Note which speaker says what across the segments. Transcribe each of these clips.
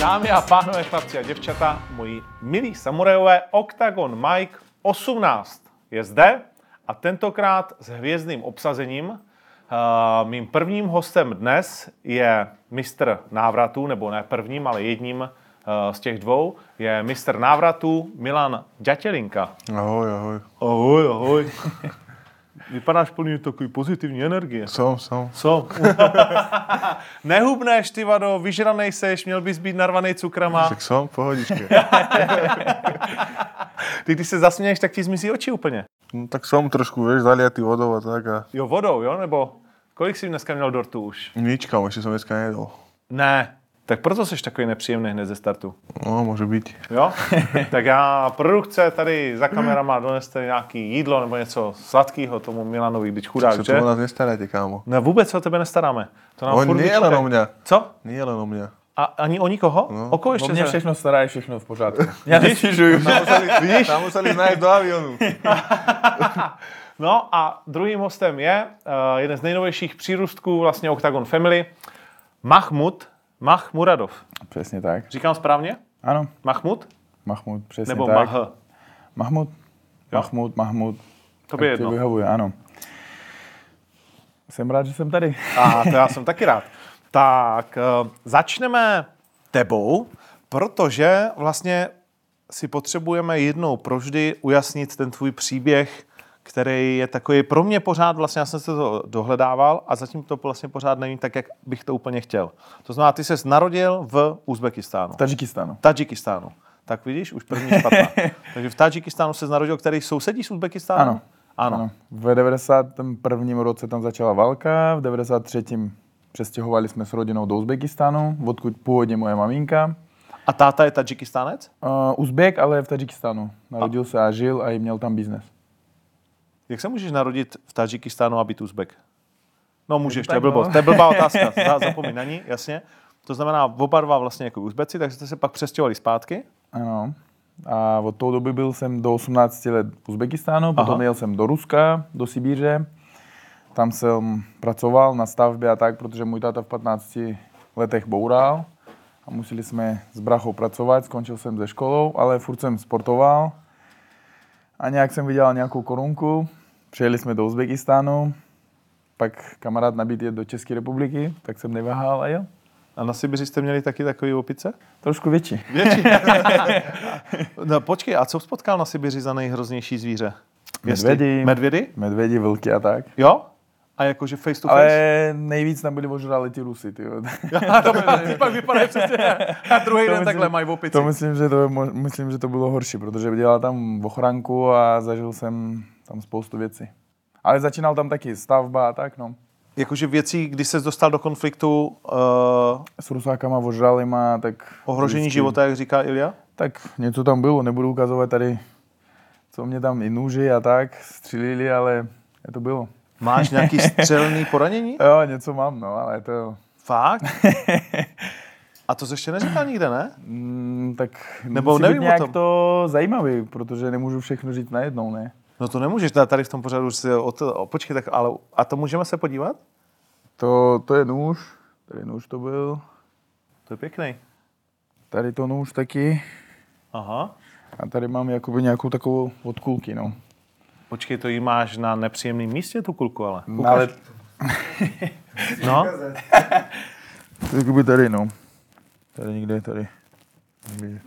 Speaker 1: Dámy a pánové, chlapci a děvčata, moji milí samurajové, Octagon Mike 18 je zde a tentokrát s hvězdným obsazením. Eh, Mým prvním hostem dnes je mistr návratu, nebo ne prvním, ale jedním eh, z těch dvou, je mistr návratu Milan Ďatělinka.
Speaker 2: Ahoj, ahoj.
Speaker 1: Ahoj, ahoj. Vypadáš plný takový pozitivní energie.
Speaker 2: Jsem, jsem.
Speaker 1: Co? Nehubneš, ty vado, vyžranej seš, měl bys být narvaný cukrama.
Speaker 2: Tak jsem, pohodičky.
Speaker 1: Ty, když se zasměješ, tak ti zmizí oči úplně.
Speaker 2: No, tak jsem trošku, víš, zaliatý vodou a tak a
Speaker 1: Jo, vodou, jo? Nebo kolik jsi dneska měl dortu už?
Speaker 2: nic, kam, ještě jsem dneska nejedl.
Speaker 1: Ne. Tak proto jsi takový nepříjemný hned ze startu.
Speaker 2: No, může být.
Speaker 1: Jo? tak já, produkce, tady za kamerama doneste nějaký jídlo nebo něco sladkého tomu Milanovi, když
Speaker 2: Se
Speaker 1: chudák, že?
Speaker 2: tu o nás nestaráte, kámo.
Speaker 1: Ne, vůbec se o tebe nestaráme. To nám
Speaker 2: On
Speaker 1: furt
Speaker 2: nejel
Speaker 1: vyčítají.
Speaker 2: o mě.
Speaker 1: Co?
Speaker 2: Nejen o mě.
Speaker 1: A ani o nikoho? No. O koho
Speaker 3: O
Speaker 1: ještě?
Speaker 3: mě
Speaker 1: se-
Speaker 3: všechno stará, je všechno v pořádku. Já nestěžuju.
Speaker 2: Tam museli, vidíš? Tam museli najít do avionu.
Speaker 1: No a druhým hostem je uh, jeden z nejnovějších přírůstků vlastně Octagon Family, Mahmud, Mah Muradov.
Speaker 3: Přesně tak.
Speaker 1: Říkám správně?
Speaker 3: Ano,
Speaker 1: Mahmud?
Speaker 3: Mahmud, přesně
Speaker 1: Nebo
Speaker 3: tak.
Speaker 1: Mah?
Speaker 3: Mahmud, Mahmud, Mahmud.
Speaker 1: To by
Speaker 3: Jak ti
Speaker 1: jedno.
Speaker 3: vyhovuje, ano. Jsem rád, že jsem tady.
Speaker 1: A to já jsem taky rád. Tak eh, začneme tebou, protože vlastně si potřebujeme jednou proždy ujasnit ten tvůj příběh, který je takový pro mě pořád, vlastně já jsem se to dohledával a zatím to vlastně pořád není tak, jak bych to úplně chtěl. To znamená, ty se narodil v Uzbekistánu.
Speaker 3: Tadžikistánu.
Speaker 1: Tadžikistánu. Tak vidíš, už první špatná. Takže v Tadžikistánu se narodil, který sousedí s Uzbekistánem?
Speaker 3: Ano.
Speaker 1: Ano.
Speaker 3: Ano. V 91. roce tam začala válka, v 93. přestěhovali jsme s rodinou do Uzbekistánu, odkud původně moje maminka.
Speaker 1: A táta je Tadžikistánec?
Speaker 3: Uh, Uzbek, ale v Tadžikistánu. Narodil se a žil a i měl tam biznes.
Speaker 1: Jak se můžeš narodit v Tadžikistánu a být Uzbek? No můžeš, to je
Speaker 3: tak, no.
Speaker 1: blbost. To je blbá otázka, za- zapomeň na ní, jasně. To znamená, oba dva vlastně jako Uzbeci, takže jste se pak přestěhovali zpátky.
Speaker 3: Ano. A od tou doby byl jsem do 18 let v Uzbekistánu, potom
Speaker 1: Aha.
Speaker 3: Aha. jel jsem do Ruska, do Sibíře. Tam jsem pracoval na stavbě a tak, protože můj táta v 15 letech boural. A museli jsme s brachou pracovat, skončil jsem se školou, ale furt jsem sportoval. A nějak jsem vydělal nějakou korunku, přijeli jsme do Uzbekistánu, pak kamarád nabít je do České republiky, tak jsem neváhal a jel.
Speaker 1: A na Sibiři jste měli taky takový opice?
Speaker 3: Trošku větší.
Speaker 1: No, počkej, a co jsi potkal na Sibiři za nejhroznější zvíře?
Speaker 3: Medvědi.
Speaker 1: Medvědy?
Speaker 3: Medvědi, vlky a tak.
Speaker 1: Jo? A jakože face to face?
Speaker 3: Ale nejvíc tam byli ožrali ti Rusy, ty. jo.
Speaker 1: A to by- pak vypadá přesně. A druhý
Speaker 3: To
Speaker 1: den
Speaker 3: myslím-
Speaker 1: takhle mají v opici.
Speaker 3: To myslím, že to, je mo- myslím, že to bylo horší, protože dělal tam v ochranku a zažil jsem tam spoustu věcí. Ale začínal tam taky stavba a tak, no.
Speaker 1: Jakože věcí, kdy se dostal do konfliktu uh,
Speaker 3: S Rusákama, ožralima, tak...
Speaker 1: ohrožení
Speaker 3: vždycky-
Speaker 1: života, jak říká Ilja?
Speaker 3: Tak něco tam bylo, nebudu ukazovat tady, co mě tam i nůži a tak, střílili, ale to bylo.
Speaker 1: Máš nějaký střelný poranění?
Speaker 3: Jo, něco mám, no, ale to...
Speaker 1: Fakt? A to jsi ještě neříkal nikde, ne?
Speaker 3: Mm, tak
Speaker 1: Nebo
Speaker 3: musí být
Speaker 1: nevím o
Speaker 3: nějak
Speaker 1: tom.
Speaker 3: to zajímavý, protože nemůžu všechno říct najednou, ne?
Speaker 1: No to nemůžeš dát tady v tom pořadu si od... o, Počkej, tak ale... A to můžeme se podívat?
Speaker 3: To, to je nůž, tady nůž to byl,
Speaker 1: To je pěkný.
Speaker 3: tady to nůž taky
Speaker 1: Aha.
Speaker 3: a tady mám jakoby nějakou takovou od kulky, no.
Speaker 1: Počkej, to jí máš na nepříjemném místě, tu kulku, ale.
Speaker 3: Ale
Speaker 1: No,
Speaker 3: jakoby tady, no. Tady někde, tady. Někde.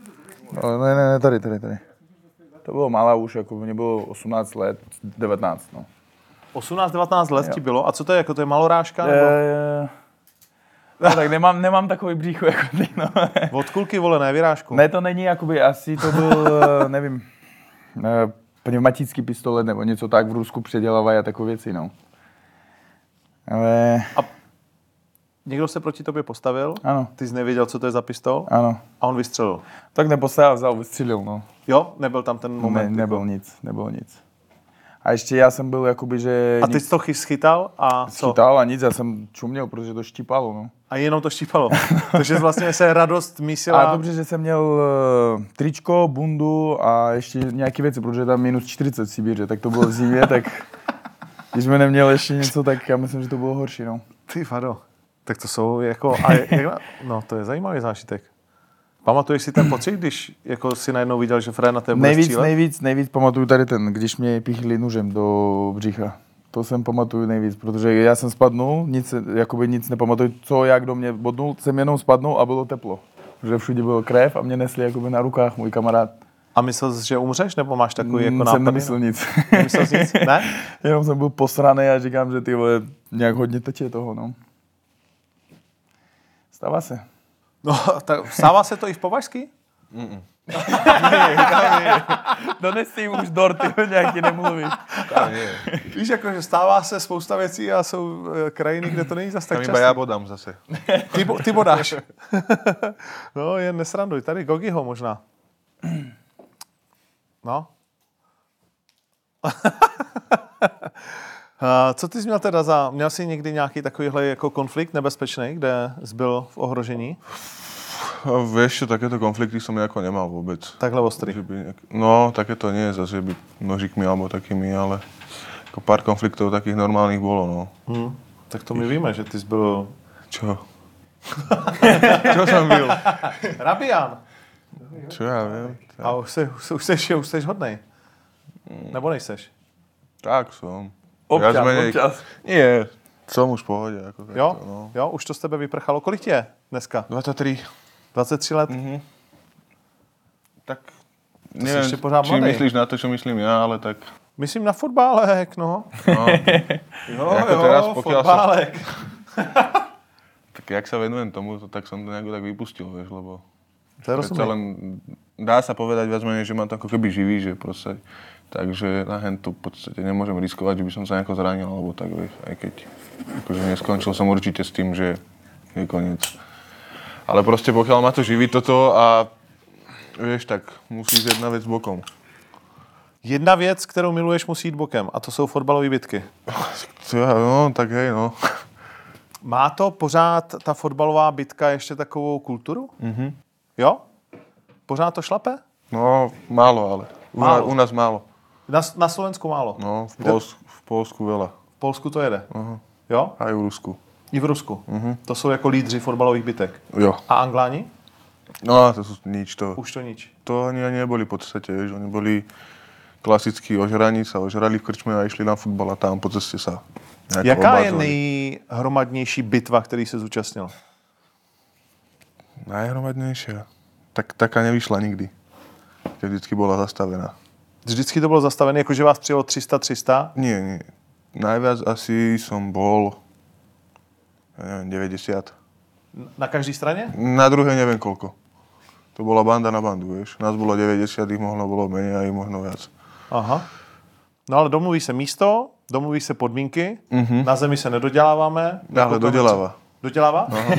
Speaker 3: Ale ne, ne, ne, tady, tady, tady. To bylo malá už, jako mě bylo 18 let, 19, no.
Speaker 1: 18-19 let
Speaker 3: Jo.
Speaker 1: ti bylo. A co to je, jako to je malorážka? Nebo...
Speaker 3: E, no tak nemám, nemám takový břícho jako ty, no.
Speaker 1: Od kulky, vole, ne, vyrážku.
Speaker 3: Ne, to není, jakoby asi to byl, eh, nevím, eh, pneumatický pistolet nebo něco tak v Rusku předělávají a takové věci, no. Ale
Speaker 1: Někdo se proti tobě postavil,
Speaker 3: ano,
Speaker 1: ty jsi nevěděl, co to je za pistol
Speaker 3: ano.
Speaker 1: a on vystřelil.
Speaker 3: Tak nepostavil, vzal, vystřelil, no.
Speaker 1: Jo, nebyl tam ten moment.
Speaker 3: ne,
Speaker 1: jako.
Speaker 3: nebyl nic, nebyl nic. A ještě já jsem byl jakoby, že
Speaker 1: A ty
Speaker 3: nic
Speaker 1: jsi to chy- schytal a co?
Speaker 3: chytal a nic, já jsem čuměl, protože to štípalo, no.
Speaker 1: A jenom to štípalo. Takže vlastně se radost mísila.
Speaker 3: A dobře, že jsem měl eh, tričko, bundu a ještě nějaké věci, protože je tam minus 40 v Sibíře, tak to bylo v zimě, tak když jsme neměli ještě něco, tak já myslím, že to bylo horší, no.
Speaker 1: Ty vado. Tak to jsou jako... A je, jak, na- no, to je zajímavý zážitek. Pamatuješ si ten pocit, když jako si najednou viděl, že Fréna ten bude
Speaker 3: Nejvíc,
Speaker 1: střílet?
Speaker 3: nejvíc, nejvíc pamatuju tady ten, když mě píchli nožem do břicha. To jsem pamatuju nejvíc, protože já jsem spadnul, nic, jakoby nic nepamatuju, co, jak do mě bodnul, jsem jenom spadnul a bylo teplo. Že všude bylo krev a mě nesli jakoby na rukách můj kamarád.
Speaker 1: A myslel jsi, že umřeš, nebo máš takový jako
Speaker 3: Mm,
Speaker 1: nápad?
Speaker 3: jsem nemyslel nic.
Speaker 1: Nemyslel jsi nic? Ne?
Speaker 3: jenom jsem byl posraný a říkám, že ty vole, nějak hodně teče toho, no. Stává se.
Speaker 1: No, tak stává se to i v Považský?
Speaker 3: Donesí jim už dort, ty nějaký nemluví.
Speaker 2: Tam je.
Speaker 1: Víš, jako, že stává se spousta věcí a jsou eh, krajiny, kde to není zas tak
Speaker 2: Tam iba
Speaker 1: časté.
Speaker 2: ja bodám zase.
Speaker 1: Ty, bo, ty bodáš. no, jen nesranduj. Tady Gogiho možná. No. A Co ty jsi měl teda za... Měl jsi někdy nějaký takovýhle jako konflikt nebezpečný, kde jsi byl v ohrožení?
Speaker 2: A vieš čo, takéto konflikty som nejako nemal vôbec.
Speaker 1: Takhle ostrý.
Speaker 2: Že by nejak... No, takéto nie, zase by nožikmi alebo takými, ale ako pár konfliktov takých normálnych bolo, no.
Speaker 1: Hm. Tak to my víme, že ty jsi byl...
Speaker 2: Čo? čo som byl?
Speaker 1: Rabián!
Speaker 2: Čo ja viem?
Speaker 1: A už jsi, už jsi, už jsi, už jsi hodnej. Nebo nejseš?
Speaker 2: Tak som.
Speaker 3: Občas,
Speaker 2: Viac menej-
Speaker 3: občas.
Speaker 2: Nie, som už v pohode. Ako takto,
Speaker 1: Jo?
Speaker 2: No.
Speaker 1: Jo, už to z tebe vyprchalo. Kolik ti je dneska?
Speaker 2: 23.
Speaker 1: 23 let?
Speaker 2: Mhm. Tak
Speaker 1: si ešte pořád
Speaker 2: či
Speaker 1: mladý.
Speaker 2: myslíš na to, čo myslím ja, ale tak...
Speaker 1: Myslím na fotbálek, no.
Speaker 2: No,
Speaker 1: Jo,
Speaker 2: Jako teraz, pokiaľ sa-
Speaker 1: fotbálek.
Speaker 2: tak jak sa venujem tomu, to, tak som to nejako tak vypustil, vieš, lebo...
Speaker 1: To je
Speaker 2: Predsa
Speaker 1: rozumím.
Speaker 2: len dá sa povedať viac menej, že ma to ako keby živí, že proste. Takže na hentu v podstate nemôžem riskovať, že by som sa nejako zranil, alebo tak, vieš, aj keď akože neskončil som určite s tým, že je koniec. Ale proste pokiaľ ma to živí toto a vieš, tak musí ísť jedna vec bokom.
Speaker 1: Jedna věc, kterou miluješ, musí jít bokem a to jsou fotbalové bitky.
Speaker 2: Co ja, no, tak hej, no.
Speaker 1: Má to pořád ta fotbalová bitka ještě takovou kulturu? Mm-hmm.
Speaker 2: Mhm.
Speaker 1: Jo? Pořád to šlape?
Speaker 2: No, málo, ale. U,
Speaker 1: Málo.
Speaker 2: málo. u nás málo.
Speaker 1: Na, na Slovensku málo.
Speaker 2: No, Mhm. v, Pols- v Polsku veľa.
Speaker 1: V Polsku to jede. Jo?
Speaker 2: Aj v Rusku.
Speaker 1: I v Rusku.
Speaker 2: Mhm.
Speaker 1: Mm-hmm. To jsou jako lídři fotbalových bitek.
Speaker 2: Jo.
Speaker 1: A Angláni?
Speaker 2: No, to sú nič to.
Speaker 1: Už to nič.
Speaker 2: To ani, ani neboli v podstate, vieš, oni boli klasickí ožraní, sa ožrali v krčme a išli na futbal a tam po ceste sa nejako
Speaker 1: Jaká je
Speaker 2: obhadzovali.
Speaker 1: nejhromadnější bitva, který se zúčastnil?
Speaker 2: Najhromadnejšia? Tak, taká nevyšla nikdy. Keď vždycky bola zastavená.
Speaker 1: Vždycky to bylo zastavené, jakože vás přijelo 300-300.
Speaker 2: Nie, nie. Najviac asi som bol ja neviem, 90.
Speaker 1: Na každé straně?
Speaker 2: Na druhé neviem koľko. To bola banda na bandu, vieš. Nás bolo 90, ich mohlo bolo menej a ich možno viac.
Speaker 1: Aha. No ale domluví se místo, domluví se podmínky, mm-hmm. na zemi se nedoděláváme.
Speaker 2: Ale
Speaker 1: Nekoukáme,
Speaker 2: dodělává.
Speaker 1: co- Dodělává? Aha.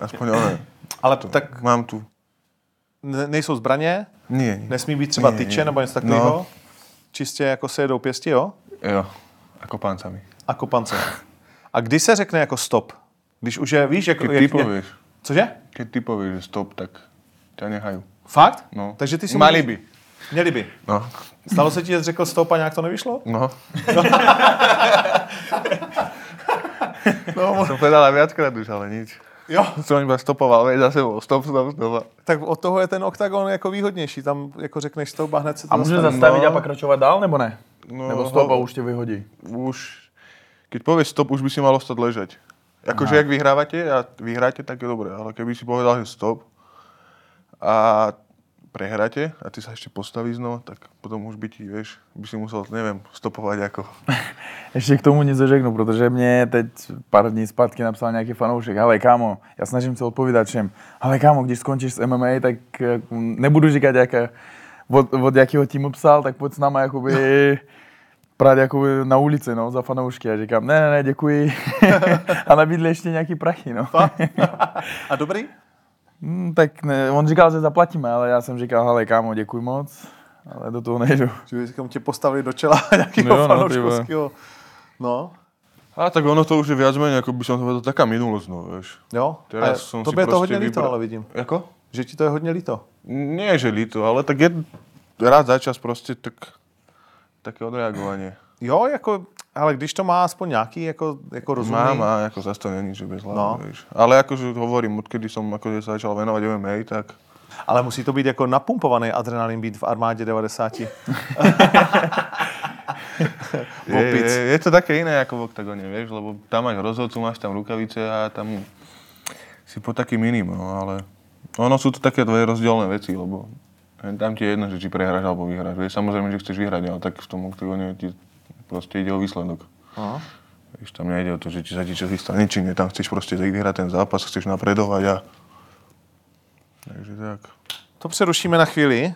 Speaker 2: Aspoň one.
Speaker 1: Ale to. tak
Speaker 2: Mám tu.
Speaker 1: ne- nejsou zbraně,
Speaker 2: Nie, nie.
Speaker 1: nesmí být třeba
Speaker 2: Ne,
Speaker 1: tyče
Speaker 2: ne.
Speaker 1: nebo něco
Speaker 2: No.
Speaker 1: takového. No. Čistě jako se jedou pěsti, jo?
Speaker 2: Jo, ako páncami.
Speaker 1: A kopance. A kdy se řekne jako stop? Když už je, víš, jako...
Speaker 2: Keď ty
Speaker 1: jak- jak-
Speaker 2: povieš,
Speaker 1: Cože?
Speaker 2: keď ty povieš, že stop, tak ťa nechajú.
Speaker 1: Fakt?
Speaker 2: No.
Speaker 1: Takže ty si...
Speaker 2: Mali by.
Speaker 1: Měli by.
Speaker 2: No.
Speaker 1: Stalo se ti, že jsi řekl stop a nějak to nevyšlo?
Speaker 2: No. no, som povedal aj viackrát už, ale nič.
Speaker 1: Jo.
Speaker 2: Som iba stopoval, veď za sebou, stop, stop, stop.
Speaker 1: Tak od toho je ten oktagon jako výhodnější. Tam jako řekneš stop a hned se to
Speaker 3: A může
Speaker 1: zastaví.
Speaker 3: zastavit
Speaker 2: no.
Speaker 3: a pokračovat dál, nebo ne?
Speaker 2: No,
Speaker 3: nebo stop a
Speaker 2: ho-
Speaker 3: už tě vyhodí.
Speaker 2: Už, keď povieš stop, už by si mal ostať ležať. Akože, ak vyhrávate a vyhráte, tak je dobré, ale keby si povedal, že stop a prehráte a ty sa ešte postavíš znova, tak potom už by ti, vieš, by si musel, neviem, stopovať ako.
Speaker 3: Ještě k tomu nic neřeknu, protože mě teď pár dní zpátky napsal nějaký fanoušek, ale kámo, já snažím se odpovídat všem, ale kámo, když skončíš s MMA, tak eh, nebudu říkat, jaké, od, od jakého týmu psal, tak pojď s náma jakoby prát jakoby na ulici, no, za fanoušky. Já říkám, ne, ne, ne, děkuji. a nabídli ještě nějaký prachy, no.
Speaker 1: A dobrý?
Speaker 3: Hmm, tak ne, on říkal, že zaplatíme, ale já jsem říkal, hele kámo, děkuji moc, ale do toho nejdu.
Speaker 1: Že by tě postavili do čela nějakého
Speaker 3: No
Speaker 1: no,
Speaker 3: jo, no, ty vole.
Speaker 1: fanouškovského. No,
Speaker 2: A tak ono to už je viac menej, ako by som to povedal, taká minulosť, no, vieš.
Speaker 1: jo.
Speaker 2: Teraz
Speaker 1: A
Speaker 2: som si
Speaker 1: tobě je to
Speaker 2: prostě
Speaker 1: hodně líto,
Speaker 2: vybral-
Speaker 1: ale vidím.
Speaker 2: Ako?
Speaker 1: Že ti to je hodně líto.
Speaker 2: Nie, že líto, ale tak je raz za čas proste tak, také odreagovanie.
Speaker 1: Jo, jako Ale když to má aspoň nějaký jako, jako rozumný...
Speaker 2: Mám a ako zase to není, že bez hlavy,
Speaker 1: No.
Speaker 2: no. vieš. Ale akože hovorím, odkedy som akože sa začal venovať MMA, tak
Speaker 1: Ale musí to být jako napumpovaný adrenalin být v armádě 90.
Speaker 2: je,
Speaker 1: Opic.
Speaker 2: je, je, to také iné ako v oktagóne, vieš, lebo tam máš rozhodcu, máš tam rukavice a tam si po taký minimum, no, ale ono sú to také dve rozdielne veci, lebo tam ti je jedno, že či prehráš alebo vyhráš. Vieš, samozrejme, že chceš vyhrať, ale tak v tom oktagóne ti proste ide o výsledok.
Speaker 1: Aha.
Speaker 2: Vieš, tam nejde o to, že ti sa ti čo vystane, či nie. Tam chceš proste vyhrať ten zápas, chceš napredovať a... Takže tak.
Speaker 1: To přerušíme na chvíli.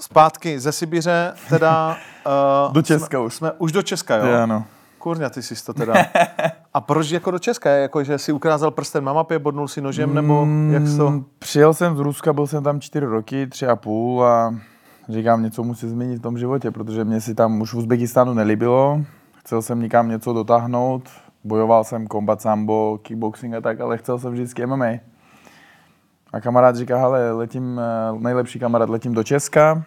Speaker 1: Zpátky ze Sibiře, teda... Uh,
Speaker 3: Do Česka už.
Speaker 1: Jsme, už do Česka, jo?
Speaker 3: Jo, ano.
Speaker 1: Kurňa, ty jsi to teda. A proč jako do Česka? Jako, že jsi ukázal prstem na mapě, bodnul si nožem, nebo jak jsi to...
Speaker 3: Mm, Přijel jsem z Ruska, byl jsem tam čtyři roky, tři a půl a říkám, něco musí změnit v tom životě, protože mě si tam už v Uzbekistánu nelíbilo. Chcel jsem nikam něco dotáhnout, bojoval jsem kombat sambo, kickboxing a tak, ale chcel jsem vždycky MMA. A kamarád říká, hele, letím, eh, nejlepší kamarád, letím do Česka,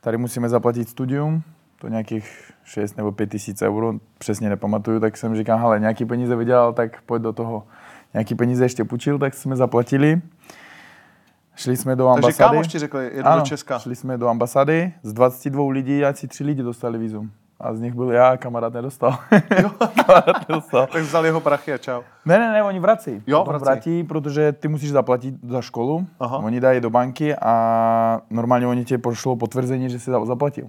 Speaker 3: tady musíme zaplatit studium, to nějakých 6 nebo 5 tisíc euro, přesně nepamatuju, tak jsem říkal, hele, nějaký peníze vydělal, tak pojď do toho. Nějaký peníze ještě půjčil, tak jsme zaplatili. Šli jsme do ambasády.
Speaker 1: Takže kámoš ti řekl, jedu
Speaker 3: Ano,
Speaker 1: do Česka.
Speaker 3: šli jsme do ambasády, z 22 lidí asi 3 lidi dostali vízum. A z nich byl já, kamarád nedostal. kamarád nedostal.
Speaker 1: Tak vzal jeho prachy a čau.
Speaker 3: Ne, ne, ne, oni vrací.
Speaker 1: Jo,
Speaker 3: Potom
Speaker 1: vrací.
Speaker 3: vrátí, protože ty musíš zaplatit za školu,
Speaker 1: Aha.
Speaker 3: Aha. oni dají do banky a normálně oni ti pošlou potvrzení, že jsi za- zaplatil.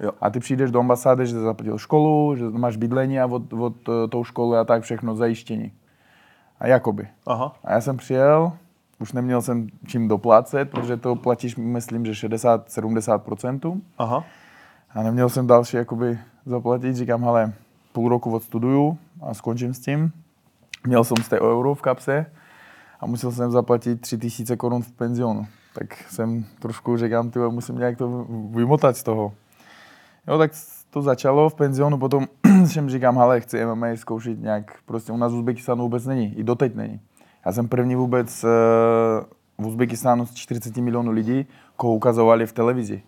Speaker 1: Jo.
Speaker 3: A ty přijdeš do ambasády, že jsi zaplatil školu, že máš bydlení a od, od eh, tou školy a tak všechno zajištění. A jakoby.
Speaker 1: Aha.
Speaker 3: A já jsem přijel, už neměl jsem čím doplácet, protože to platíš, myslím, že 60-70%.
Speaker 1: Aha.
Speaker 3: A neměl jsem další jakoby zaplatit, říkám, hele, půl roku odstuduju a skončím s tím. Měl jsem 100 euro v kapse a musel jsem zaplatit 3000 korun v penzionu. Tak jsem trošku říkám, ty vole, musím nějak to vymotat z toho. Jo, tak to začalo v penzionu, potom jsem říkám, hele, chci MMA zkoušet nějak, prostě u nás v Uzbekistánu vůbec není, i doteď není. Já jsem první vůbec eh, v Uzbekistánu z 40 milionů lidí, koho ukazovali v televizi,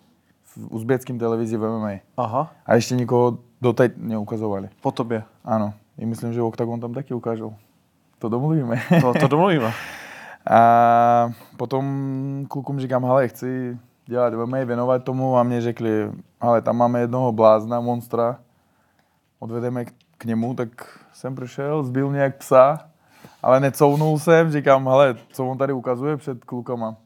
Speaker 3: v uzbeckém televizi v MMA.
Speaker 1: Aha.
Speaker 3: A ještě nikoho doteď neukazovali.
Speaker 1: Po tobě.
Speaker 3: Ano, i myslím, že Octagon tam taky ukážou. To domluvíme.
Speaker 1: To, to domluvíme.
Speaker 3: A potom klukům říkám, hele, chci dělat MMA, věnovat tomu a mě řekli, ale tam máme jednoho blázna, monstra, odvedeme k, k němu, tak jsem přišel, zbil mě jak psa, ale necounul jsem, říkám, hele, co on tady ukazuje před klukama.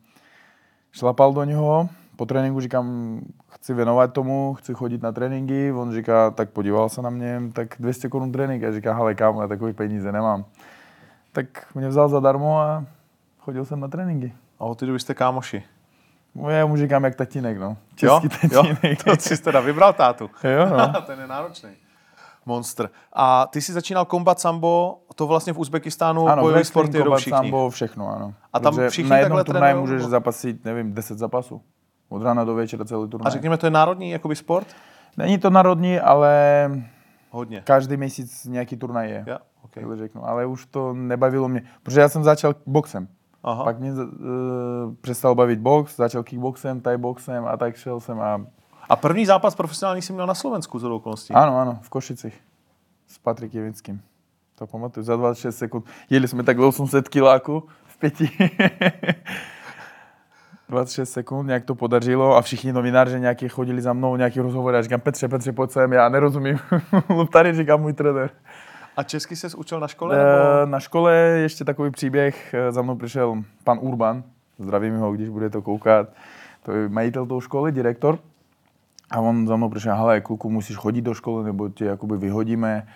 Speaker 3: Šlapal do něho, po tréninku říkám, chci věnovat tomu, chci chodit na tréninky, on říká, tak podíval se na mě, tak 200 korun trénink, a říká, hele, kámo, já takový peníze nemám. Tak mě vzal zadarmo a chodil jsem na tréninky.
Speaker 1: A od té doby jste kámoši.
Speaker 3: No, Já mu říkám jak tatínek, no.
Speaker 1: Jo?
Speaker 3: Český
Speaker 1: jo?
Speaker 3: tatínek.
Speaker 1: To jsi teda vybral tátu.
Speaker 3: jo, no.
Speaker 1: Ten je náročný. Monster. A ty jsi začínal kombat sambo, to vlastně v Uzbekistánu ano, bojový
Speaker 3: wrestling,
Speaker 1: sport jedou
Speaker 3: kombat,
Speaker 1: všichni.
Speaker 3: sambo, všechno, ano.
Speaker 1: A tam
Speaker 3: Protože
Speaker 1: všichni
Speaker 3: na jednom
Speaker 1: takhle
Speaker 3: turnaji
Speaker 1: trénujou,
Speaker 3: můžeš
Speaker 1: nebo?
Speaker 3: zapasit, nevím, 10 zapasů. Od rána do večera celý turnaj.
Speaker 1: A řekněme, to je národní jakoby sport?
Speaker 3: Není to národní, ale
Speaker 1: Hodně.
Speaker 3: každý měsíc nějaký turnaj je.
Speaker 1: Ja? Okay.
Speaker 3: Takhle řeknu. Ale už to nebavilo mě, protože já jsem začal boxem.
Speaker 1: Aha.
Speaker 3: Pak mě uh, přestal bavit box, začal kickboxem, thai boxem a tak šel jsem a
Speaker 1: A první zápas profesionální jsi měl na Slovensku z okolností.
Speaker 3: Ano, ano, v Košicích. S Patrikem Vinským. To pamatuju, za 26 sekund. Jeli jsme takhle 800 kiláku v pěti. 26 sekund, nějak to podařilo a všichni novináři nějaký chodili za mnou, nějaký rozhovor. Já říkám, Petře, Petře, pojď sem, já nerozumím. Mluv tady říká můj trenér.
Speaker 1: A česky se učil na škole? Nebo...
Speaker 3: Eh, Na škole ještě takový příběh, eh, za mnou přišel pan Urban, zdravím ho, když bude to koukat, to je majitel tou školy, direktor, a on za mnou přišel, hele, kluku, musíš chodit do školy, nebo tě jakoby vyhodíme,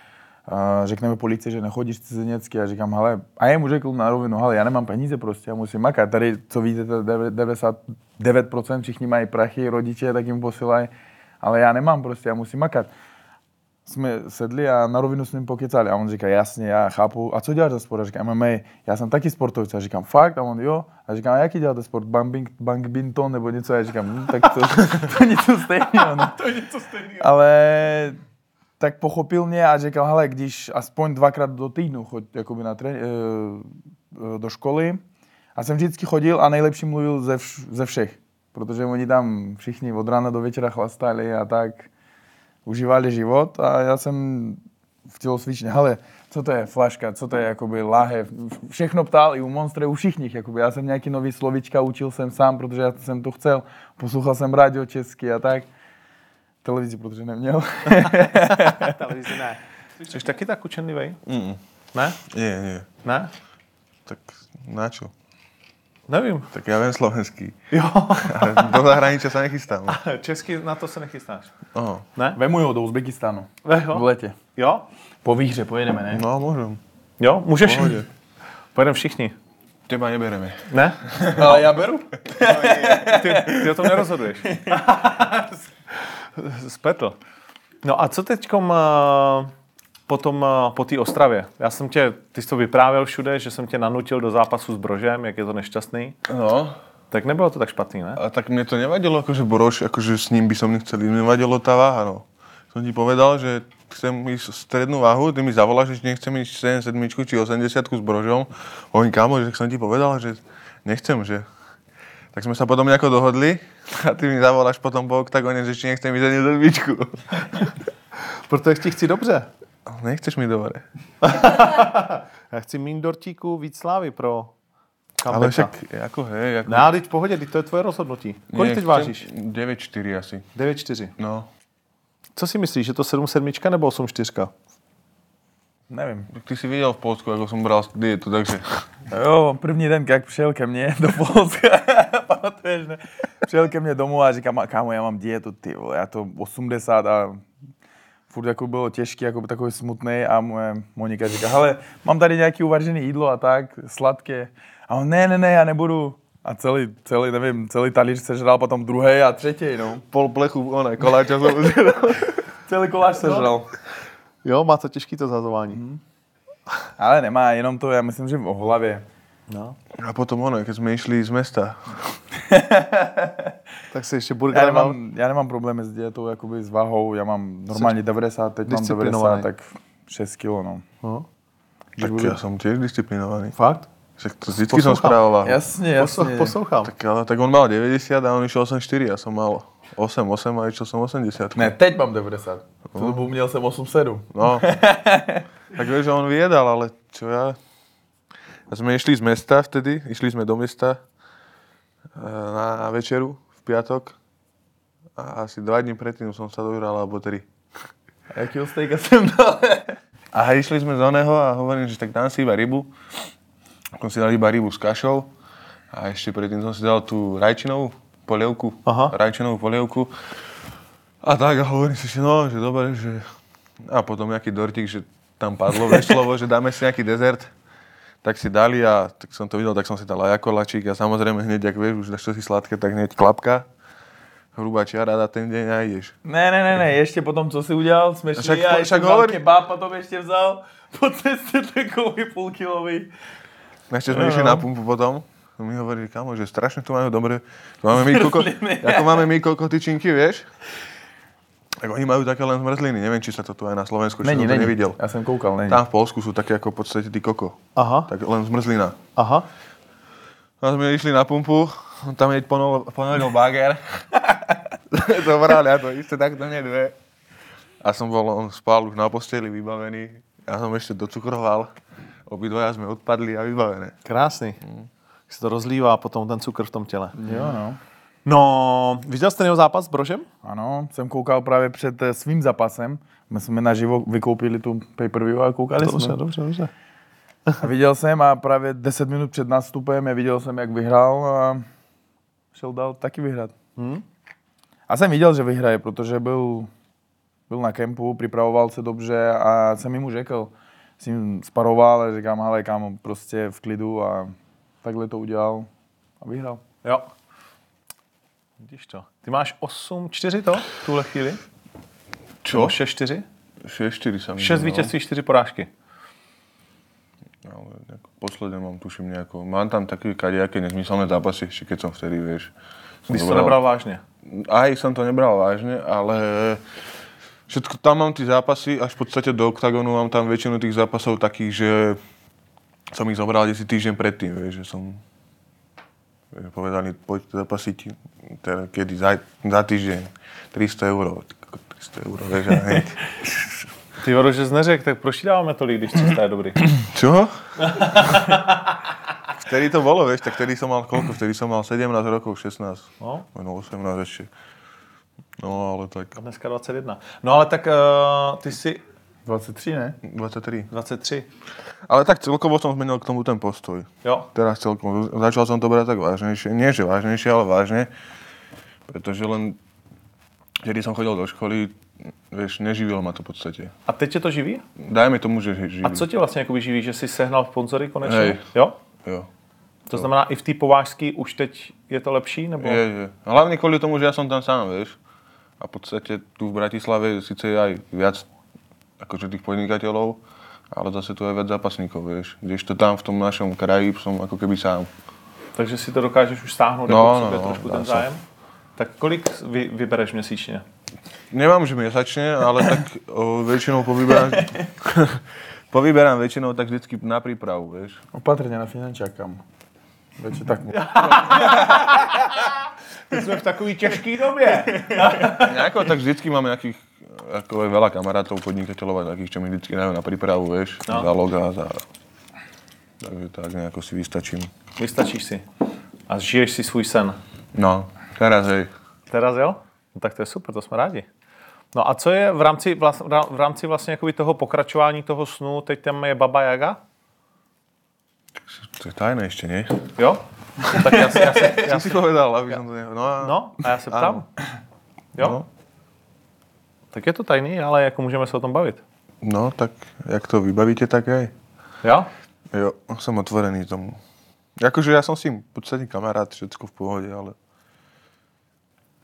Speaker 3: Eh, řekneme policii, že nechodíš cizinecky a říkám, hele, a jemu řekl na rovinu, hele, já nemám peníze prostě, já musím makat, tady, co vidíte, 99% všichni mají prachy, rodiče, tak jim posílají, ale já nemám prostě, já musím makat jsme sedli a na rovinu s ním pokecali. A on říká, jasně, já chápu. A co děláš za sport? A říkám, MMA. Já jsem taky sportovec. A říkám, fakt? A on, jo. A říkám, a jaký děláte sport? Bambing, bangbinton nebo něco? A já říkám, hm, tak to, to je něco stejného. No.
Speaker 1: To je něco stejného.
Speaker 3: Ale tak pochopil mě a říkal, hele, když aspoň dvakrát do týdnu choď jakoby na tré, e, do školy. A jsem vždycky chodil a nejlepší mluvil ze, vš, ze všech. Protože oni tam všichni od rána do večera chlastali a tak. užívali život a já jsem v tělocvičně, hele, co to je flaška, co to je jakoby lahev, všechno ptal i u Monstre, u všichni, jakoby. já jsem nějaký nový slovička učil jsem sám, protože já jsem to chcel, poslouchal jsem rádio česky a tak, televizi, protože neměl.
Speaker 1: Televizi ne. Jsi taky tak učenlivý?
Speaker 2: Mm.
Speaker 1: Ne?
Speaker 2: Nie, nie.
Speaker 1: Ne?
Speaker 2: Tak na čo?
Speaker 1: Nevím.
Speaker 2: Tak ja viem slovenský.
Speaker 1: Jo,
Speaker 2: Ale do zahraničia sa nechystám. no.
Speaker 1: česky na to se nechystáš.
Speaker 2: Oho.
Speaker 1: Ne?
Speaker 3: Vemu ho do Uzbekistánu v
Speaker 1: Jo?
Speaker 3: letě.
Speaker 1: Jo?
Speaker 3: Po výhře pojedeme, ne?
Speaker 2: No, môžem.
Speaker 1: Jo, můžeš?
Speaker 2: Pohodě.
Speaker 1: Pojedeme všichni.
Speaker 2: Teba nebereme.
Speaker 1: Ne?
Speaker 3: Ale já beru.
Speaker 1: Ty, ty o tom nerozhoduješ. Spletl. No a co teďkom eh, potom eh, po té Ostravě? Já jsem tě, ty jsi to vyprávěl všude, že jsem tě nanutil do zápasu s Brožem, jak je to nešťastný.
Speaker 2: No,
Speaker 1: Tak nebylo to tak špatný, ne?
Speaker 2: a tak mne to nevadilo, akože Boroš, akože s ním by som nechcel, mne vadilo tá váha, no. Som ti povedal, že chcem ísť strednú váhu, ty mi zavoláš, že nechcem ísť 77 či 80 s Brožom. Hovorím, kámo, že som ti povedal, že nechcem, že... Tak sme sa potom nejako dohodli a ty mi zavoláš potom po oktagone, že či nechcem ísť 77.
Speaker 1: Protože ti chci dobře.
Speaker 2: Nechceš mi dobre.
Speaker 1: Já chci mín dortíku víc slávy pro
Speaker 2: Ale
Speaker 1: Kambeka.
Speaker 2: však, ako hej, ako...
Speaker 1: Ne, ale teď v pohodě, teď to je tvoje rozhodnutí. Kolik
Speaker 2: Nie,
Speaker 1: teď
Speaker 2: chcem-
Speaker 1: vážíš?
Speaker 2: 9,4 asi.
Speaker 1: 9,4.
Speaker 2: No,
Speaker 1: Co si myslíš, že to 7,7 nebo 8,4?
Speaker 3: Nevím.
Speaker 2: tak ty si videl v Polsku, ako som bral dietu, takže...
Speaker 3: Jo, první den, jak přišel ke mně do Polska, pamatuješ, ne? Přišel ke mně domů a říkám, "A kámo, já mám dietu, ty vole, já to 80 a furt jako bylo těžký, jako takový smutný a moje Monika říká, hele, mám tady nějaký uvařený jídlo a tak, sladké. A on, ne, ne, ne, já nebudu. A celý, celý, nevím, celý talíř sežral potom druhý a třetí, no.
Speaker 2: pol plechu, oné, koláča som
Speaker 3: Celý koláč sežral.
Speaker 1: Jo, má to těžký to zhazování.
Speaker 3: Ale nemá, jenom to, já myslím, že o hlavě.
Speaker 1: No.
Speaker 2: A potom ono, keď sme išli z mesta.
Speaker 1: Tak si ještě
Speaker 3: Já
Speaker 1: burger mám...
Speaker 3: nemám, já nemám problémy s dietou, jakoby s váhou, já mám normálně 90, teď mám
Speaker 1: disciplinovaný.
Speaker 3: 90, tak 6 kg, no.
Speaker 1: No.
Speaker 2: Tak ja som tiež disciplinovaný.
Speaker 1: Fakt?
Speaker 2: Však to vždycky som
Speaker 1: Poslouchám.
Speaker 2: spravoval.
Speaker 3: Jasně,
Speaker 1: Posl-
Speaker 3: jasně.
Speaker 1: poslouchám.
Speaker 2: Tak, ale, tak on mal 90 a on išiel 84, ja som mal 8, 8 a išiel som 80.
Speaker 3: Ne, teď mám 90. V tu dobu měl jsem 8,7.
Speaker 2: No. tak vieš, že on viedal, ale čo ja... A sme išli z mesta vtedy, išli sme do mesta e, na večeru v piatok. A asi dva dní predtým som sa dožral, alebo tri.
Speaker 3: A jakýho stejka jsem dal?
Speaker 2: A išli sme z oného a hovorím, že tak dám si iba rybu. Tak Som si dal iba rybu s kašou a ešte predtým som si dal tú rajčinovú polievku.
Speaker 1: Aha.
Speaker 2: Rajčinovú polievku. A tak a hovorím si, že no, že dobre, že... A potom nejaký dortík, že tam padlo veslovo, že dáme si nejaký dezert. Tak si dali a tak som to videl, tak som si dal aj kolačík a samozrejme hneď, ak vieš, už dáš čo si sladké, tak hneď klapka. Hrubá čiara na ten deň a ideš.
Speaker 3: Ne, ne, ne, ne, ještě potom, co jsi udělal, jsme šli
Speaker 2: Však-
Speaker 3: a ještě
Speaker 2: však
Speaker 3: vzal
Speaker 2: hovorí-
Speaker 3: kebab a to ještě vzal po cestě takový půlkilový.
Speaker 2: Ešte sme
Speaker 3: No,
Speaker 2: išli
Speaker 3: no.
Speaker 2: na pumpu potom. No Mi hovorí, kamo, že strašne tu majú dobre. Tu máme my koko, ako máme my koko tyčinky, vieš? Tak oni majú také len zmrzliny. Neviem, či sa to tu aj na Slovensku, či som to nevidel.
Speaker 3: Já jsem koukal, není.
Speaker 2: Tam v Polsku sú také ako v podstate ty koko.
Speaker 1: Aha,
Speaker 2: Tak len zmrzlina.
Speaker 1: aha.
Speaker 2: A sme išli na pumpu, on tam hneď ponol- ponoril bager. Zobral ja to isté takto hneď dve. A som bol, on spal už na posteli vybavený. Ja som ešte docukroval. Obidvaja sme odpadli a vybavené.
Speaker 1: Krásný. Jak se to rozlívá potom ten cukr v tom těle.
Speaker 3: Jo, no.
Speaker 1: No, viděl jste jeho zápas s Brožem?
Speaker 3: Ano, jsem koukal právě před eh, svým zapasem. My jsme naživo vykoupili tu pay-per-view a koukali jsme.
Speaker 1: dobře, dobře.
Speaker 3: A viděl jsem a právě 10 minut před nástupem je viděl jsem, jak vyhrál a šel dál taky vyhrát.
Speaker 1: Hmm?
Speaker 3: A jsem viděl, že vyhraje, protože byl, byl na kempu, připravoval se dobře a jsem mu řekl, s ním sparoval a říkám, hele kámo, prostě v klidu a takhle to udělal a vyhrál.
Speaker 1: Jo. Vidíš to. Ty máš 8, 4 to v tuhle chvíli?
Speaker 2: Čo?
Speaker 1: 6, 4?
Speaker 2: 6-4 sa mi
Speaker 1: 6
Speaker 2: zdalo.
Speaker 1: vítězství, 4 porážky.
Speaker 2: Ale nejako, posledne No, jako mám, tuším, nejako... Mám tam také kadejaké nezmyselné zápasy, ešte keď som vtedy, vieš. Som
Speaker 1: Když jsi to nebral vážně.
Speaker 2: Aj som to nebral vážne, ale... Všetko, tam mám tie zápasy, až v podstate do oktagonu mám tam väčšinu tých zápasov takých, že som ich zobral asi týždeň predtým, vieš, že som vieš, povedali, poďte zapasiť, teda, kedy za, za týždeň, 300 eur. Ty kokot. 100 jako euro, vieš, a hej.
Speaker 1: Ty Varo, že jsi neřekl, tak proč ti dáváme tolik, když 300 je dobrý?
Speaker 2: Čo? vtedy to bolo, vieš, tak vtedy som mal koľko? Vtedy som mal 17 rokov, 16.
Speaker 1: No.
Speaker 2: No, 18 ešte. No, ale tak
Speaker 1: A dneska 21. No ale tak uh, ty jsi
Speaker 3: 23, ne?
Speaker 2: 23.
Speaker 1: 23.
Speaker 2: Ale tak celkovo som zmenil k tomu ten postoj.
Speaker 1: Jo.
Speaker 2: Teraz celkom, začal som to brať tak vážnejšie. Nie, že vážnejšie, ale vážne. Pretože len, vtedy som chodil do školy, vieš, neživilo ma to v podstate.
Speaker 1: A teď tě to živí?
Speaker 2: Dajme tomu, že živí.
Speaker 1: A co tě vlastně jakoby živí, že jsi sehnal sponzory konečně?
Speaker 2: Hej.
Speaker 1: Jo?
Speaker 2: Jo.
Speaker 1: To znamená, i v té povážské už teď je to lepší? Nebo...
Speaker 2: Je, je. Hlavne kvôli tomu, že ja som tam sám, vieš. A v podstate tu v Bratislave síce je aj viac jako akože tých podnikateľov, ale zase tu je viac zápasníkov, vieš. Kdežto tam v tom našom kraji som ako keby sám.
Speaker 1: Takže si to dokážeš už stáhnout jako k
Speaker 2: No, no,
Speaker 1: sobě
Speaker 2: no,
Speaker 1: trošku
Speaker 2: dá
Speaker 1: ten
Speaker 2: se.
Speaker 1: zájem? Tak kolik vy, vybereš měsíčně?
Speaker 2: Nemám, že mesačne, ale tak o, väčšinou povyberám, povyberám väčšinou tak vždycky na prípravu, vieš.
Speaker 3: Opatrně na finančák, kam. Večer tak mu.
Speaker 1: Teď jsme v takový těžký době.
Speaker 2: Nejako, Jako tak vždycky mám nejakých ako aj veľa kamarátov, podnikateľov a takých, čo mi vždycky dajú na prípravu, vieš,
Speaker 1: No.
Speaker 2: no. za loga, za... Takže tak nejako si vystačím.
Speaker 1: Vystačíš si. A žiješ si svůj sen.
Speaker 2: No, teraz hej.
Speaker 1: Teraz jo? No, tak to je super, to jsme rádi. No a co je v rámci, vlast, v rámci vlastně jakoby toho pokračování toho snu, teď tam je Baba Jaga?
Speaker 2: To je tajné ešte, nie?
Speaker 1: Jo? Tak já, se- já, se, já,
Speaker 2: Ja si povedal, aby som to ne... No, a...
Speaker 1: no, a já se ptám.
Speaker 2: Ano.
Speaker 1: Jo?
Speaker 2: No.
Speaker 1: Tak je to tajný, ale jako můžeme se o tom bavit.
Speaker 2: no, tak jak to vybavíte, tak aj.
Speaker 1: Jo?
Speaker 2: Jo, som otvorený tomu. Akože ja som s tým v podstate kamarát, všetko v pohode, ale...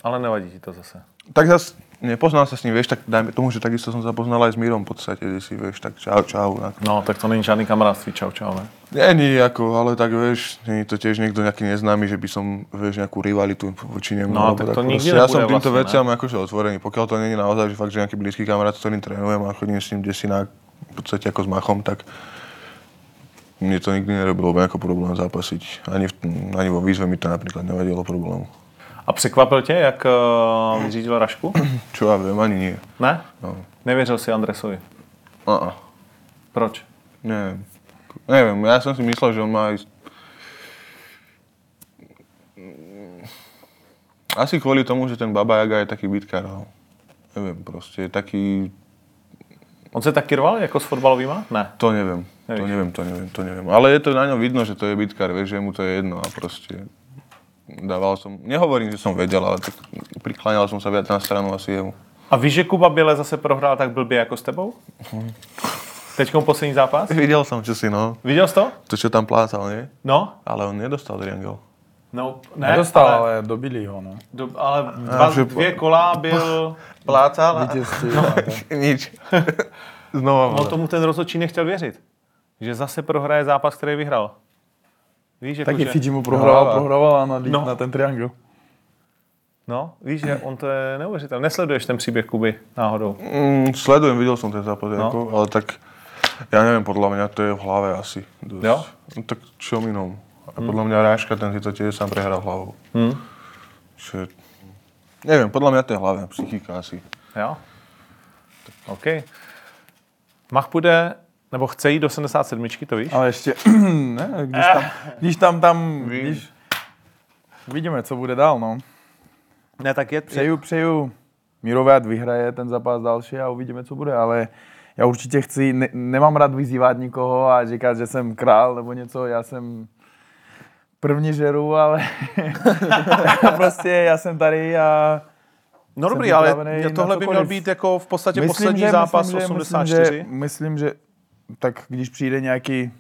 Speaker 1: Ale nevadí ti to zase.
Speaker 2: Tak zas nepoznal sa s ním, vieš, tak dajme tomu, že takisto som sa poznal aj s Mírom v podstate, kde si, vieš, tak čau, čau. Tak.
Speaker 1: No, tak to není žádný kamarádství, čau, čau, ne?
Speaker 2: Nie, nie, ako, jako, ale tak, vieš, nie je to tiež niekto nejaký neznámy, že by som, vieš, nejakú rivalitu voči nemu.
Speaker 1: No,
Speaker 2: alebo
Speaker 1: tak to nikdy
Speaker 2: proste. Ja
Speaker 1: nebude
Speaker 2: som týmto
Speaker 1: vlastne, ne?
Speaker 2: veciam akože otvorený, pokiaľ to nie je naozaj, že fakt, že nejaký blízky kamarát, s ktorým trénujem a chodím s ním desi na, v podstate ako s machom, tak mne to nikdy nerobilo nejako problém zápasiť. Ani, v, ani vo výzve mi to napríklad nevadilo problém.
Speaker 1: A překvapil tě, jak eh, vyřídil Rašku?
Speaker 2: Čo ja viem, ani nie.
Speaker 1: Ne?
Speaker 2: No.
Speaker 1: Nevěřil si Andresovi.
Speaker 2: Uh-uh.
Speaker 1: Proč?
Speaker 2: Neviem. Neviem, ja som si myslel, že on má ísť... Asi kvôli tomu, že ten Baba Jaga je taký bitkár. No. Neviem, proste je taký...
Speaker 1: On se taky rval jako s fotbalovýma? Ne.
Speaker 2: To neviem. To
Speaker 1: Nevieš.
Speaker 2: neviem, to neviem, to neviem. Ale je to na ňom vidno, že to je bitkár, vieš, že mu to je jedno a proste dával som, nehovorím, že som vedel, ale tak prikláňal som sa viac na stranu asi jemu.
Speaker 1: A víš, že Kuba Běle zase prohrál tak blbě jako s tebou? Teďkom poslední zápas?
Speaker 2: Videl som, čo si, no.
Speaker 1: Viděl jsi to?
Speaker 2: To, čo tam plácal, nie?
Speaker 1: No?
Speaker 2: Ale on nedostal triangel.
Speaker 1: No, ne,
Speaker 3: Nedostal, ale dobili ho, no.
Speaker 1: Do, ale dva,
Speaker 2: že-
Speaker 1: dvě kola byl...
Speaker 2: Plácal a...
Speaker 3: Vítězství. No.
Speaker 2: Nič. Znova.
Speaker 1: No tomu ten rozhodčí nechtěl věřit. Že zase prohraje zápas, který vyhrál. Víš, jako,
Speaker 3: Taky
Speaker 1: že,
Speaker 3: Fidži mu prohrával, prohrával a na,
Speaker 1: No.
Speaker 3: no. na ten triangel.
Speaker 1: no, víš, že on to je neuvěřitelné. Nesleduješ ten příběh Kuby náhodou.
Speaker 2: Mm, sledujem, videl som ten zápas, no. ako, ale tak ja neviem, podľa mňa to je v hlave asi. Dosť.
Speaker 1: Jo?
Speaker 2: No, tak čom inom. A podľa mňa Ráška ten si to tiež sám prehral hlavou. Mm. Čiže, neviem, podľa mňa to je hlave, psychika asi.
Speaker 1: Jo? OK. Mach půjde, nebo chce jít do 77, to víš?
Speaker 3: Ale ještě, ne, když tam, když tam, tam, když, uvidíme, co bude dál, no.
Speaker 1: Ne, tak je, je
Speaker 3: Přeju, přeju. Mirové ať vyhraje ten zápas další a uvidíme, co bude, ale já určitě chci, ne, nemám rád vyzývat nikoho a říkat, že jsem král nebo něco, já jsem první žeru, ale prostě já jsem tady a
Speaker 1: No
Speaker 3: Jsem
Speaker 1: dobrý, ale
Speaker 3: připravený
Speaker 1: je-
Speaker 3: na
Speaker 1: tohle by měl
Speaker 3: cokoliv.
Speaker 1: být jako v podstatě poslední zápas 84.
Speaker 3: Myslím že, myslím, že tak když přijde nějaký,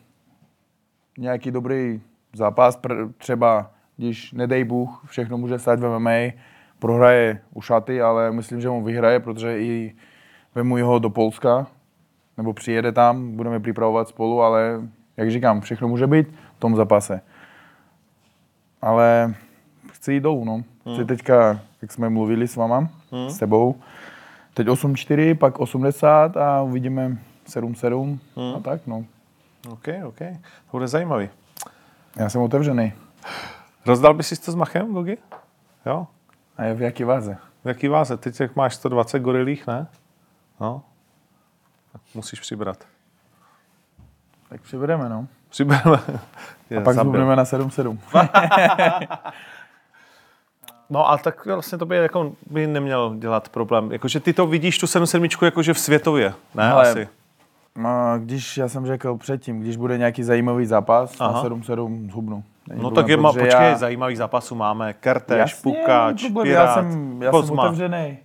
Speaker 3: nějaký dobrý zápas, pr- třeba když nedej Bůh, všechno může stát v MMA, prohraje u šaty, ale myslím, že on vyhraje, protože i vemu jeho do Polska, nebo přijede tam, budeme připravovat spolu, ale jak říkám, všechno může být v tom zápase. Ale chci jít dolů, no. Chci
Speaker 1: Hmm.
Speaker 3: teďka, jak jsme mluvili s váma, s tebou, Teď 8,4, pak 80 a uvidíme 7,7 hmm. a tak, no.
Speaker 1: OK, OK. To bude zajímavý.
Speaker 3: Já jsem otevřený.
Speaker 1: Rozdal bys si to s Machem, Gogi? Jo?
Speaker 3: A je v jaký váze?
Speaker 1: V jaký váze? Teď jak máš 120 gorilích, ne? No. Tak musíš přibrat.
Speaker 3: Tak přibereme, no.
Speaker 1: Přibereme. Je,
Speaker 3: A pak
Speaker 1: zabil.
Speaker 3: zhubneme na 7-7.
Speaker 1: No a tak vlastně to by, jako, by neměl dělat problém. Jakože ty to vidíš, tu 7-7, jakože v světově, ne?
Speaker 3: Hele,
Speaker 1: Asi.
Speaker 3: No, když, já jsem řekl předtím, když bude nějaký zajímavý zápas,
Speaker 1: Aha.
Speaker 3: na 7-7 zhubnu. Není
Speaker 1: No
Speaker 3: problém,
Speaker 1: tak je, ma,
Speaker 3: protože
Speaker 1: počkej, zajímavých zápasů máme. Kertéš,
Speaker 3: Jasně,
Speaker 1: Pukač,
Speaker 3: není problém,
Speaker 1: Pirát,
Speaker 3: Já jsem, já jsem
Speaker 1: Kozma.
Speaker 3: otevřený.
Speaker 1: Viděl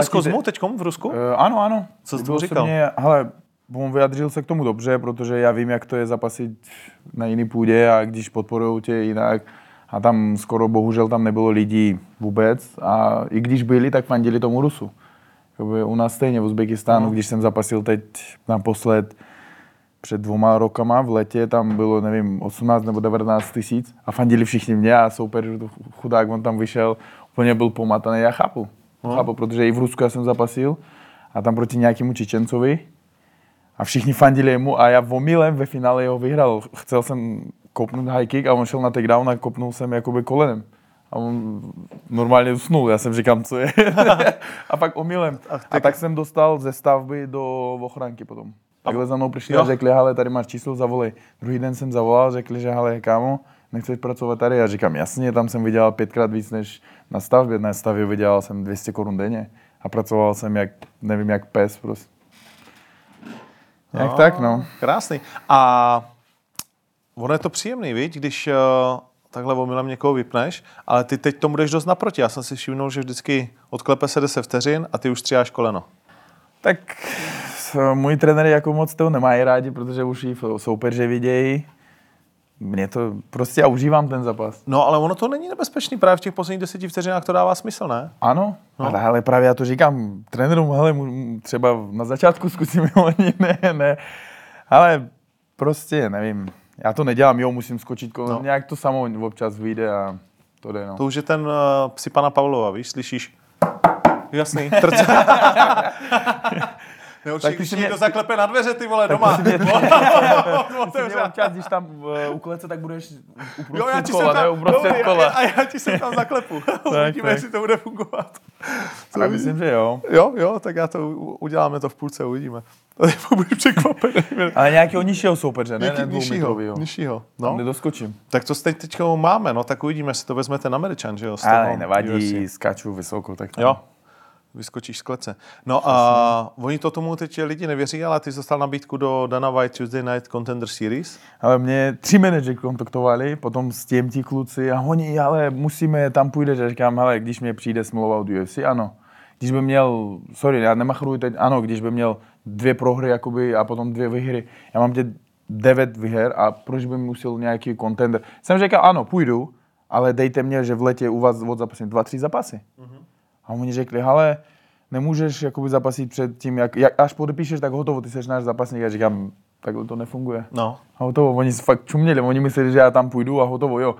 Speaker 3: Vyplatíte-
Speaker 1: jsi Kozmu teďkom v Rusku?
Speaker 3: Eh, ano, ano.
Speaker 1: Co jsi
Speaker 3: Byl
Speaker 1: mu
Speaker 3: jsem
Speaker 1: říkal?
Speaker 3: Mě, hele, on vyjadřil se k tomu dobře, protože já vím, jak to je zapasit na jiný půdě a když podporují tě jinak. A tam skoro bohužel tam nebylo lidí vůbec. A i když byli, tak fandili tomu Rusu. Jakoby u nás stejně v Uzbekistánu,
Speaker 1: No.
Speaker 3: když jsem zapasil teď naposled před dvoma rokama v letě, tam bylo, nevím, 18 nebo 19 tisíc a fandili všichni mě a soupeř chudák, on tam vyšel, úplně byl pomataný, já chápu. No. Chápu, protože i v Rusku já jsem zapasil a tam proti nějakému Čečencovi a všichni fandili mu a já omylem ve finále ho vyhrál. Chcel jsem kopnout high kick a on šel na takedown a kopnul jsem jakoby kolenem. A on normálně usnul, já jsem říkám, co je. a pak omylem. A tak jsem dostal ze stavby do ochranky potom. Takhle za mnou přišli
Speaker 1: Jo.
Speaker 3: a řekli, hele, tady máš číslo, zavolej. Druhý den jsem zavolal, řekli, že hele, kámo, nechceš pracovat tady? Já říkám, jasně, tam jsem vydělal pětkrát víc než na stavbě. Na stavbě vydělal jsem 200 korun denně a pracoval jsem jak, nevím, jak pes prostě. Jak tak, no.
Speaker 1: Krásný. A ono je to příjemný, viď, když eh, takhle omylem někoho vypneš, ale ty teď tomu jdeš dost naproti. Já jsem si všimnul, že vždycky odklepe se 10 vteřin a ty už stříháš koleno.
Speaker 3: Tak s- můj trenér jako moc toho nemají rádi, protože už i f- soupeře vidějí. Mě to, prostě já užívám ten zápas.
Speaker 1: No, ale ono to není nebezpečný, právě v těch posledních deseti vteřinách to dává smysl, ne?
Speaker 3: Ano, no. ale, ale právě já to říkám trenérům, hele, mu- mu- třeba na začátku zkusíme, oni ne, ne. Ale prostě, nevím, já to nedělám, jo, musím skočit kolem,
Speaker 1: No.
Speaker 3: no. nějak to samo občas vyjde a to jde, no.
Speaker 1: To už je ten uh, psi pana Pavlova, víš, slyšíš? Jasný, trc. Ne, určitě,
Speaker 3: Tak ty
Speaker 1: když
Speaker 3: si
Speaker 1: někdo
Speaker 3: mě-
Speaker 1: zaklepe na dveře, ty vole, doma.
Speaker 3: Prostě mě občas, když tam uh, uklece, tak budeš
Speaker 1: Jo, já
Speaker 3: uprostřed
Speaker 1: ti
Speaker 3: kola,
Speaker 1: jsem
Speaker 3: ne,
Speaker 1: tam,
Speaker 3: uprostřed
Speaker 1: dobrý,
Speaker 3: kola.
Speaker 1: A, a já ti jsem tam zaklepu. Uvidíme,
Speaker 3: tak.
Speaker 1: jestli to bude fungovat.
Speaker 3: Já myslím, že jo.
Speaker 1: Jo, jo, tak já to u- uděláme to v půlce, uvidíme. Tady budu překvapený.
Speaker 3: Ale nějakého nižšího soupeře, ne? ne
Speaker 1: Jaký nižšího,
Speaker 3: dvoumetrovýho.
Speaker 1: nižšího.
Speaker 3: Tam
Speaker 1: No.
Speaker 3: Nedoskočím.
Speaker 1: Tak to teď, teď máme, no tak uvidíme, jestli to vezme ten Američan, že jo? z toho
Speaker 3: Ale nevadí,
Speaker 1: UFC.
Speaker 3: skáču vysoko, tak to-
Speaker 1: Jo, vyskočíš z klece. No a oni to tomu teď lidi nevěří, ale ty jsi dostal nabídku do Dana White Tuesday Night Contender Series.
Speaker 3: Ale mě tři manažeři kontaktovali, potom s tím ti kluci a oni, ale musíme, tam půjdeš. Já říkám, hele, když mě přijde smlouva od UFC, ano. Když by měl, sorry, já nemachruji teď, ano, když by měl dvě prohry jakoby, a potom dvě vyhry. Já mám tě devět vyher a proč by musel nějaký contender? Jsem říkal, ano, půjdu, ale dejte mě, že v letě u vás od zapasím dva, tři zapasy. A oni řekli, hele, nemůžeš jakoby zapasit před tím, jak, jak až podepíšeš, tak hotovo, ty jsi náš zapasník. Já říkám, takhle to nefunguje.
Speaker 1: No.
Speaker 3: A hotovo, oni se fakt čuměli, oni mysleli, že já tam půjdu a hotovo, jo.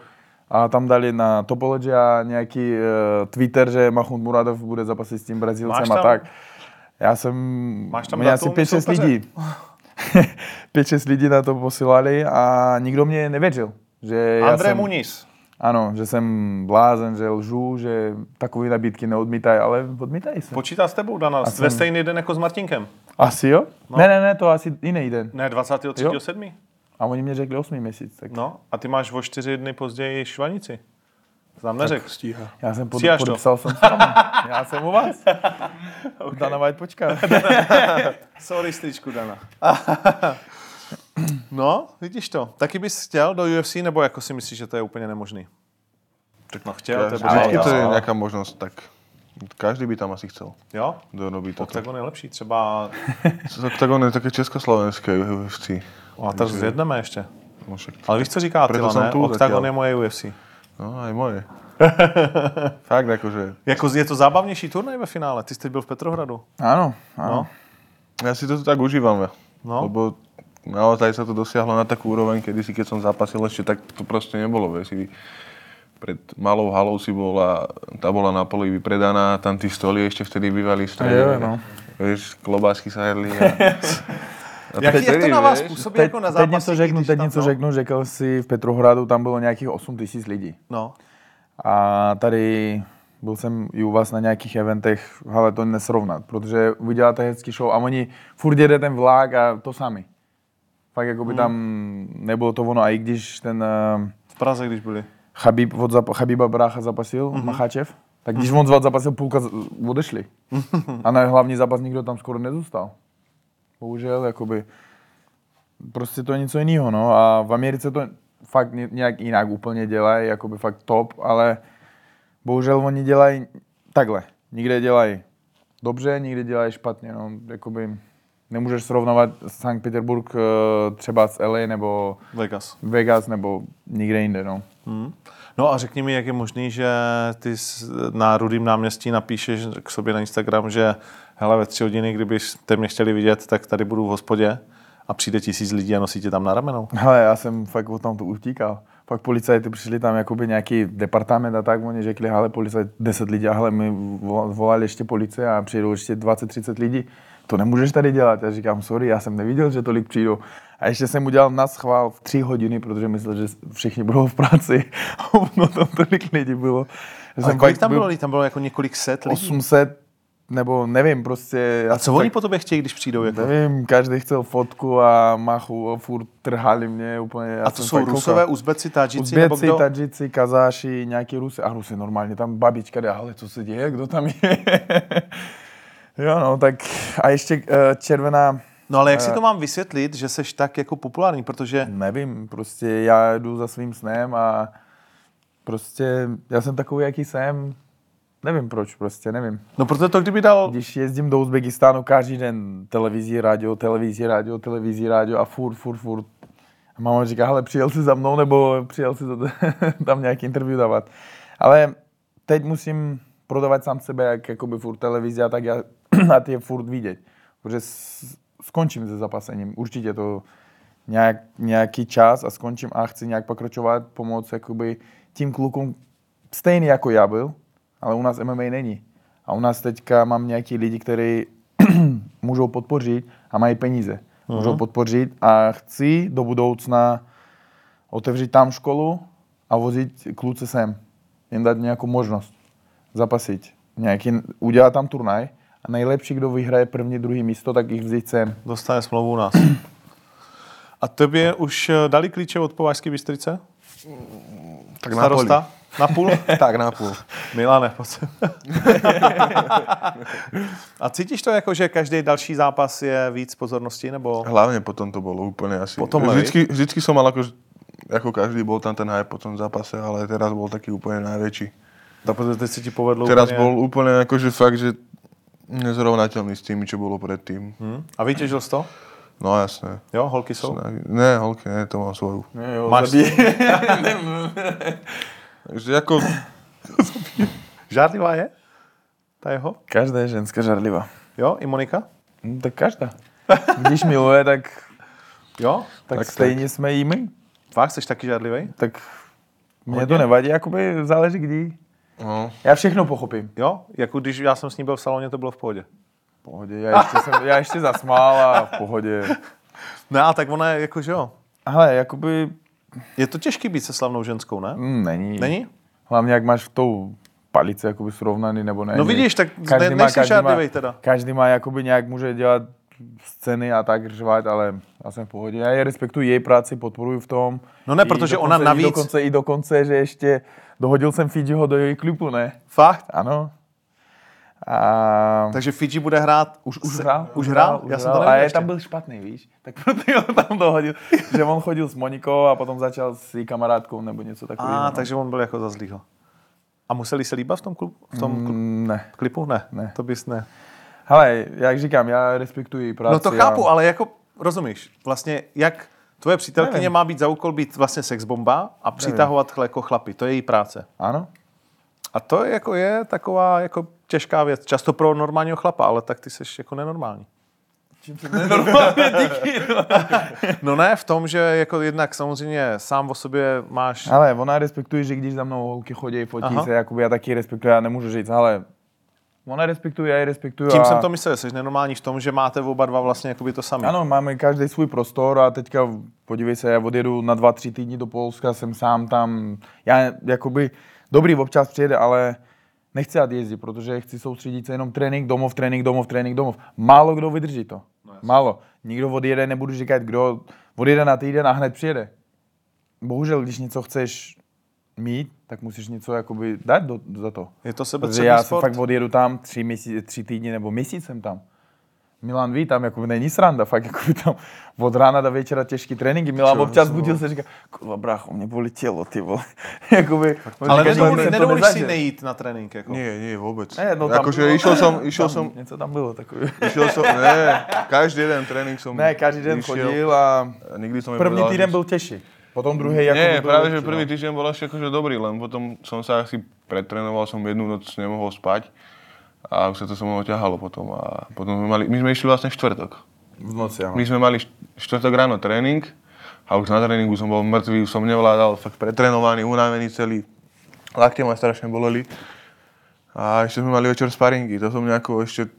Speaker 3: A tam dali na Topology a nějaký uh, Twitter, že Mahmud Muradov bude zapasit s tím
Speaker 1: Máš
Speaker 3: Brazilcem
Speaker 1: tam-
Speaker 3: a tak. Já jsem,
Speaker 1: Máš tam
Speaker 3: mě asi
Speaker 1: datum
Speaker 3: 5-6
Speaker 1: soupeře?
Speaker 3: lidí. 5-6 lidí na to posílali a nikdo mě nevěřil. Že já
Speaker 1: André
Speaker 3: jsem,
Speaker 1: Muniz.
Speaker 3: Ano, že jsem blázen, že lžu, že takové nabídky neodmítají, ale odmítají se.
Speaker 1: Počítá s tebou, Dana, ve
Speaker 3: jsem-
Speaker 1: stejný den jako s Martinkem.
Speaker 3: Asi jo? No. Ne, ne, ne, to asi jiný den.
Speaker 1: Ne, 23.7.
Speaker 3: A oni mě řekli 8 měsíc, tak
Speaker 1: No, a ty máš o čtyři dny později švanici. Znám neřekl. Stíhá.
Speaker 3: já jsem pod,
Speaker 1: Stíháš to?
Speaker 3: podepsal jsem s váma. Já jsem u vás. okay. Dana White počká.
Speaker 1: Sorry, styčku, Dana. no, vidíš to. Taky bys chtěl do UFC, nebo jako si myslíš, že to je úplně nemožný? Tak no, chtěl, to je
Speaker 3: Ale
Speaker 2: Vždycky
Speaker 1: brutální.
Speaker 2: to je
Speaker 3: jo.
Speaker 2: nějaká možnost, tak každý by tam asi chcel.
Speaker 1: Jo?
Speaker 2: Do doby to.
Speaker 1: Oktagon je lepší, třeba...
Speaker 2: Oktagon je také československé UFC.
Speaker 1: No A to zjedneme ještě.
Speaker 2: No, však.
Speaker 1: Ale víš, co říká
Speaker 2: Proto
Speaker 1: Tyla,
Speaker 2: jsem
Speaker 1: ne?
Speaker 2: tu
Speaker 1: Oktagon
Speaker 2: zatiaľ.
Speaker 1: je moje UFC.
Speaker 2: No, aj moje. Fakt, akože.
Speaker 1: Jako je to zábavnější turnaj ve finále. Ty jsi teď byl v Petrohradu.
Speaker 3: Ano, ano.
Speaker 1: No.
Speaker 3: No.
Speaker 2: Ja si to tu tak užívam. ve.
Speaker 1: No.
Speaker 2: Lebo naozaj sa to dosiahlo na takú úroveň, kedy si keď som zápasil ešte, tak to proste nebolo. Vieš, si pred malou halou si bola, tá bola na poli vypredaná, tam tí stoli ešte vtedy bývali v strede.
Speaker 3: Jo, no.
Speaker 2: Vieš, klobásky sa jedli. A... a
Speaker 1: Jak, jak to
Speaker 2: vtedy,
Speaker 1: na vás
Speaker 2: vieš,
Speaker 1: působí
Speaker 3: Teď,
Speaker 1: jako na
Speaker 3: teď
Speaker 1: zápasy?
Speaker 3: něco řeknu,
Speaker 1: když
Speaker 3: teď
Speaker 1: tam-
Speaker 3: něco
Speaker 1: no,
Speaker 3: řeknu, řekl No. si v Petrohradu tam bylo nějakých 8 tisíc lidí.
Speaker 1: No,
Speaker 3: A tady Byl jsem i u vás na nějakých eventech, ale to nesrovnat, protože vy děláte hezký show a oni furt jede ten vlak a to sami. Fakt jako
Speaker 1: Hmm.
Speaker 3: by tam nebylo to ono, a i když ten eh,
Speaker 1: V Praze, když byli.
Speaker 3: Chabib, od zap, Chabiba brácha zapasil, mm-hmm. Macháčev, tak když on zvat zapasil, půlka z- odešli. A na hlavní zápas nikdo tam skoro nezůstal. Bohužel, jakoby, prostě to je něco jiného, no. A v Americe to fakt ně- nějak jinak úplně dělají, jakoby fakt top, ale bohužel oni dělají takhle. Nikde dělají dobře, nikde dělají špatně, no. Jakoby, nemůžeš srovnovat Sankt Petersburg eh, třeba s LA nebo
Speaker 1: Vegas.
Speaker 3: Vegas nebo nikde jinde, no.
Speaker 1: Hmm. No a řekni mi, jak je možný, že ty s- na rudým náměstí napíšeš k sobě na Instagram, že hele, ve tři hodiny, kdybyste mě chtěli vidět, tak tady budu v hospodě a přijde tisíc lidí a nosí tě tam na ramenou.
Speaker 3: Ale já jsem fakt od tam to utíkal. Pak policajti přišli tam jakoby nějaký departament a tak, oni řekli, hele policajt, 10 lidí, a hele my vola- volali ještě policie a přijdou ještě 20-30 lidí. To nemůžeš tady dělat. Já říkám, sorry, já jsem neviděl, že tolik přijdou. A ještě jsem udělal na schvál v tři hodiny, protože myslel, že všichni budou v práci. no tam tolik lidí bylo. Že
Speaker 1: A
Speaker 3: jsem
Speaker 1: kolik
Speaker 3: pak
Speaker 1: tam
Speaker 3: byl
Speaker 1: bylo lidí? Tam bylo jako několik set lidí.
Speaker 3: 800, nebo nevím, prostě. já
Speaker 1: A co
Speaker 3: jsem
Speaker 1: oni
Speaker 3: fakt-
Speaker 1: po tobě chtějí, když přijdou? Jako?
Speaker 3: Nevím, každý chcel fotku a machu a furt trhali mě úplně. já
Speaker 1: A to
Speaker 3: jsem
Speaker 1: jsou
Speaker 3: fakt koukal.
Speaker 1: Rusové, Uzbeci, Tadžici nebo
Speaker 3: Uzběci,
Speaker 1: kdo?
Speaker 3: Tadžici, Kazáši, nějaký Rusy. A Rusy normálně, tam babička jde, ale co se děje, kdo tam je? jo, no, tak a ještě eh, červená,
Speaker 1: No ale
Speaker 3: Eh.
Speaker 1: jak si to mám vysvětlit, že seš tak jako populární, protože
Speaker 3: nevím, prostě já jdu za svým snem a prostě já jsem takový, jaký jsem. Nevím proč, prostě nevím.
Speaker 1: No protože to kdyby dal...
Speaker 3: Když jezdím do Uzbekistánu každý den, televizí, rádio, televizí, rádio, televizí, rádio a furt, furt, furt. A máma říká, hele, přijel jsi za mnou, nebo přijel jsi za tam nějaký interview dávat. Ale teď musím prodávat sám sebe, jak jakoby furt televizi a tak já, a ty je furt vidět. Protože s- skončím se zapasením, určitě to nějak, nějaký čas a skončím a chci nějak pokračovat, pomoct jakoby tím klukům stejný jako já byl, ale u nás MMA není. A u nás teďka mám nějaký lidi, kteří můžou podpořit a mají peníze. Můžou podpořit a chci do budoucna otevřít tam školu a vozit kluce sem. Jim dát nějakou možnost zapasit. Nějaký, udělat tam turnaj a nejlepší, kdo vyhraje první, druhý místo, tak jich vzít sem.
Speaker 1: Dostane smlouvu u nás. A tobě už eh, dali klíče od Považské Bystrice?
Speaker 2: Tak
Speaker 1: Starosta? Na půl?
Speaker 2: tak na půl.
Speaker 1: Milane, pojď sem. A cítíš to jako, že každý další zápas je víc pozornosti, nebo...
Speaker 2: Hlavně potom to bylo úplně asi.
Speaker 1: Potom, hej?
Speaker 2: vždycky, vždycky som mal ako, ako každý, bol tam ten hype po tom zápase, ale teraz bol taký úplne najväčší.
Speaker 1: Tak protože teď se ti povedlo
Speaker 2: Teraz
Speaker 1: úplně...
Speaker 2: bol úplne akože fakt, že nezrovnateľný s tými, čo bolo predtým.
Speaker 1: Hm? A vytěžil jsi to?
Speaker 2: No jasné.
Speaker 1: Jo, holky jsou?
Speaker 2: Ne, holky, ne, to mám svoju.
Speaker 1: Máš...
Speaker 2: Takže ako,
Speaker 1: Žádlivá je? Ta jeho?
Speaker 3: Každá je ženská žarlivá.
Speaker 1: Jo, i Monika?
Speaker 3: No, tak každá. Když miluje, tak,
Speaker 1: Jo?
Speaker 2: Tak,
Speaker 3: tak, tak stejně jsme i my.
Speaker 1: Fakt, jsi taky žádlivý?
Speaker 3: Tak mě to nevadí, jakoby záleží kdy.
Speaker 2: no,
Speaker 3: Já všechno pochopím.
Speaker 1: Jo? Jako když já jsem s ní byl v saloně, to bylo v pohodě.
Speaker 3: V pohodě, já ještě, jsem, já ještě zasmál a v pohodě.
Speaker 1: Ne, a tak ona je jako, že jo.
Speaker 3: Ale jakoby
Speaker 1: Je to těžký být se slavnou ženskou, ne?
Speaker 3: mm, není.
Speaker 1: Není?
Speaker 3: Hlavně jak máš v tou palice jakoby srovnaný nebo ne.
Speaker 1: No vidíš, tak ne- nejsi žádlivej teda.
Speaker 3: Každý má jakoby nějak může dělat scény a tak řvát, ale já jsem v pohodě. Já je respektuji, její práci, podporuji v tom.
Speaker 1: No ne,
Speaker 3: I
Speaker 1: protože
Speaker 3: dokonce,
Speaker 1: ona navíc-
Speaker 3: I dokonce, i dokonce, že ještě dohodil jsem Fidžiho do její klipu, ne?
Speaker 1: Fakt?
Speaker 3: Ano. A...
Speaker 1: Takže Fiji bude hrát... Už,
Speaker 3: Už hrál?
Speaker 1: Už hrál? Já jsem to
Speaker 3: A
Speaker 1: neviděl
Speaker 3: je
Speaker 1: ještě.
Speaker 3: tam byl špatný, víš? Tak proto ho tam dohodil, že on chodil s Monikou a potom začal s její kamarádkou nebo něco takového.
Speaker 1: A,
Speaker 3: no.
Speaker 1: takže on byl jako za zlýho. A museli se líbat v tom, klubu, v tom mm.
Speaker 3: Mm, Ne.
Speaker 1: klipu? Ne,
Speaker 3: Ne.
Speaker 1: to bys ne.
Speaker 3: Hele, jak říkám, já respektuji její práci.
Speaker 1: No to
Speaker 3: a-
Speaker 1: chápu, ale jako rozumíš, vlastně jak tvoje přítelkyně
Speaker 3: Nevím.
Speaker 1: má být za úkol být vlastně sexbomba a přitahovat chle jako chlapy, to je její práce.
Speaker 3: Ano?
Speaker 1: A to je jako je taková jako těžká věc, často pro normálního chlapa, ale tak ty seš jako nenormální.
Speaker 3: Čím jsem nenormálně díky.
Speaker 1: No ne, v tom, že jako jednak samozřejmě sám o sobě máš...
Speaker 3: Ale ona respektuje, že když za mnou holky chodí, fotí
Speaker 1: Aha.
Speaker 3: Aha. se, jakoby já taky respektuji, já nemůžu říct, ale ona respektuje, já ji respektuju.
Speaker 1: Tím
Speaker 3: a...
Speaker 1: jsem to myslel, jsi nenormální v tom, že máte oba dva vlastně jakoby to samé.
Speaker 3: Ano, máme každý svůj prostor a teďka, podívej se, já odjedu na dva, tři týdny do Polska, jsem sám tam. Já jakoby, dobrý občas přijede, ale nechci jít jezdit, protože chci soustředit se jenom trénink, domov, trénink, domov, trénink, domov. Málo kdo vydrží to. Málo. Nikdo odjede, nebudu říkat, kdo odjede na týden a hned přijede. Bohužel, když něco chceš mít, tak musíš něco jakoby dát do, za to.
Speaker 1: Je to
Speaker 3: Protože
Speaker 1: sebetřebný
Speaker 3: já se
Speaker 1: sport.
Speaker 3: fakt odjedu tam tři, měsíc, tři týdny nebo měsíc jsem tam. Milan ví, tam jako není sranda, fakt jako tam od rána do večera těžký tréninky. Milan
Speaker 2: Čo,
Speaker 3: občas
Speaker 2: jsem
Speaker 3: budil
Speaker 2: byl-
Speaker 3: se, říká, kurva brácho, mě bolí tělo, ty vole. Jakoby, on
Speaker 1: Ale
Speaker 3: říká, nikdy
Speaker 1: nedovolí,
Speaker 3: jsem to
Speaker 1: nedovolíš si
Speaker 3: nezažil.
Speaker 1: nejít na trénink. Jako.
Speaker 2: Nie, nie, vôbec.
Speaker 3: Ne, no tam
Speaker 2: akože
Speaker 3: bylo-
Speaker 2: išiel som, išiel
Speaker 3: tam
Speaker 2: som,
Speaker 3: Něco tam bylo takový.
Speaker 2: išiel som, ne, každý jeden tréning som
Speaker 3: Ne, každý den
Speaker 2: išiel.
Speaker 3: chodil a
Speaker 2: A Nikdy som
Speaker 3: první
Speaker 2: nepovedal,
Speaker 3: týden
Speaker 2: že-
Speaker 3: byl těžší. Potom druhý jako
Speaker 2: Nie, práve že prvý týždeň bol ešte akože dobrý, len potom som sa asi pretrénoval, som jednu noc nemohol spať a už sa to so mnou ťahalo potom. A potom sme mali, my sme išli vlastne v štvrtok.
Speaker 3: V noci, ano.
Speaker 2: My sme mali št- štvrtok ráno tréning a už na tréningu som bol mŕtvý, už som nevládal, fakt pretrénovaný, unavený celý. Lakte ma strašne boleli. A ešte sme mali večer sparingy, to som nejako ešte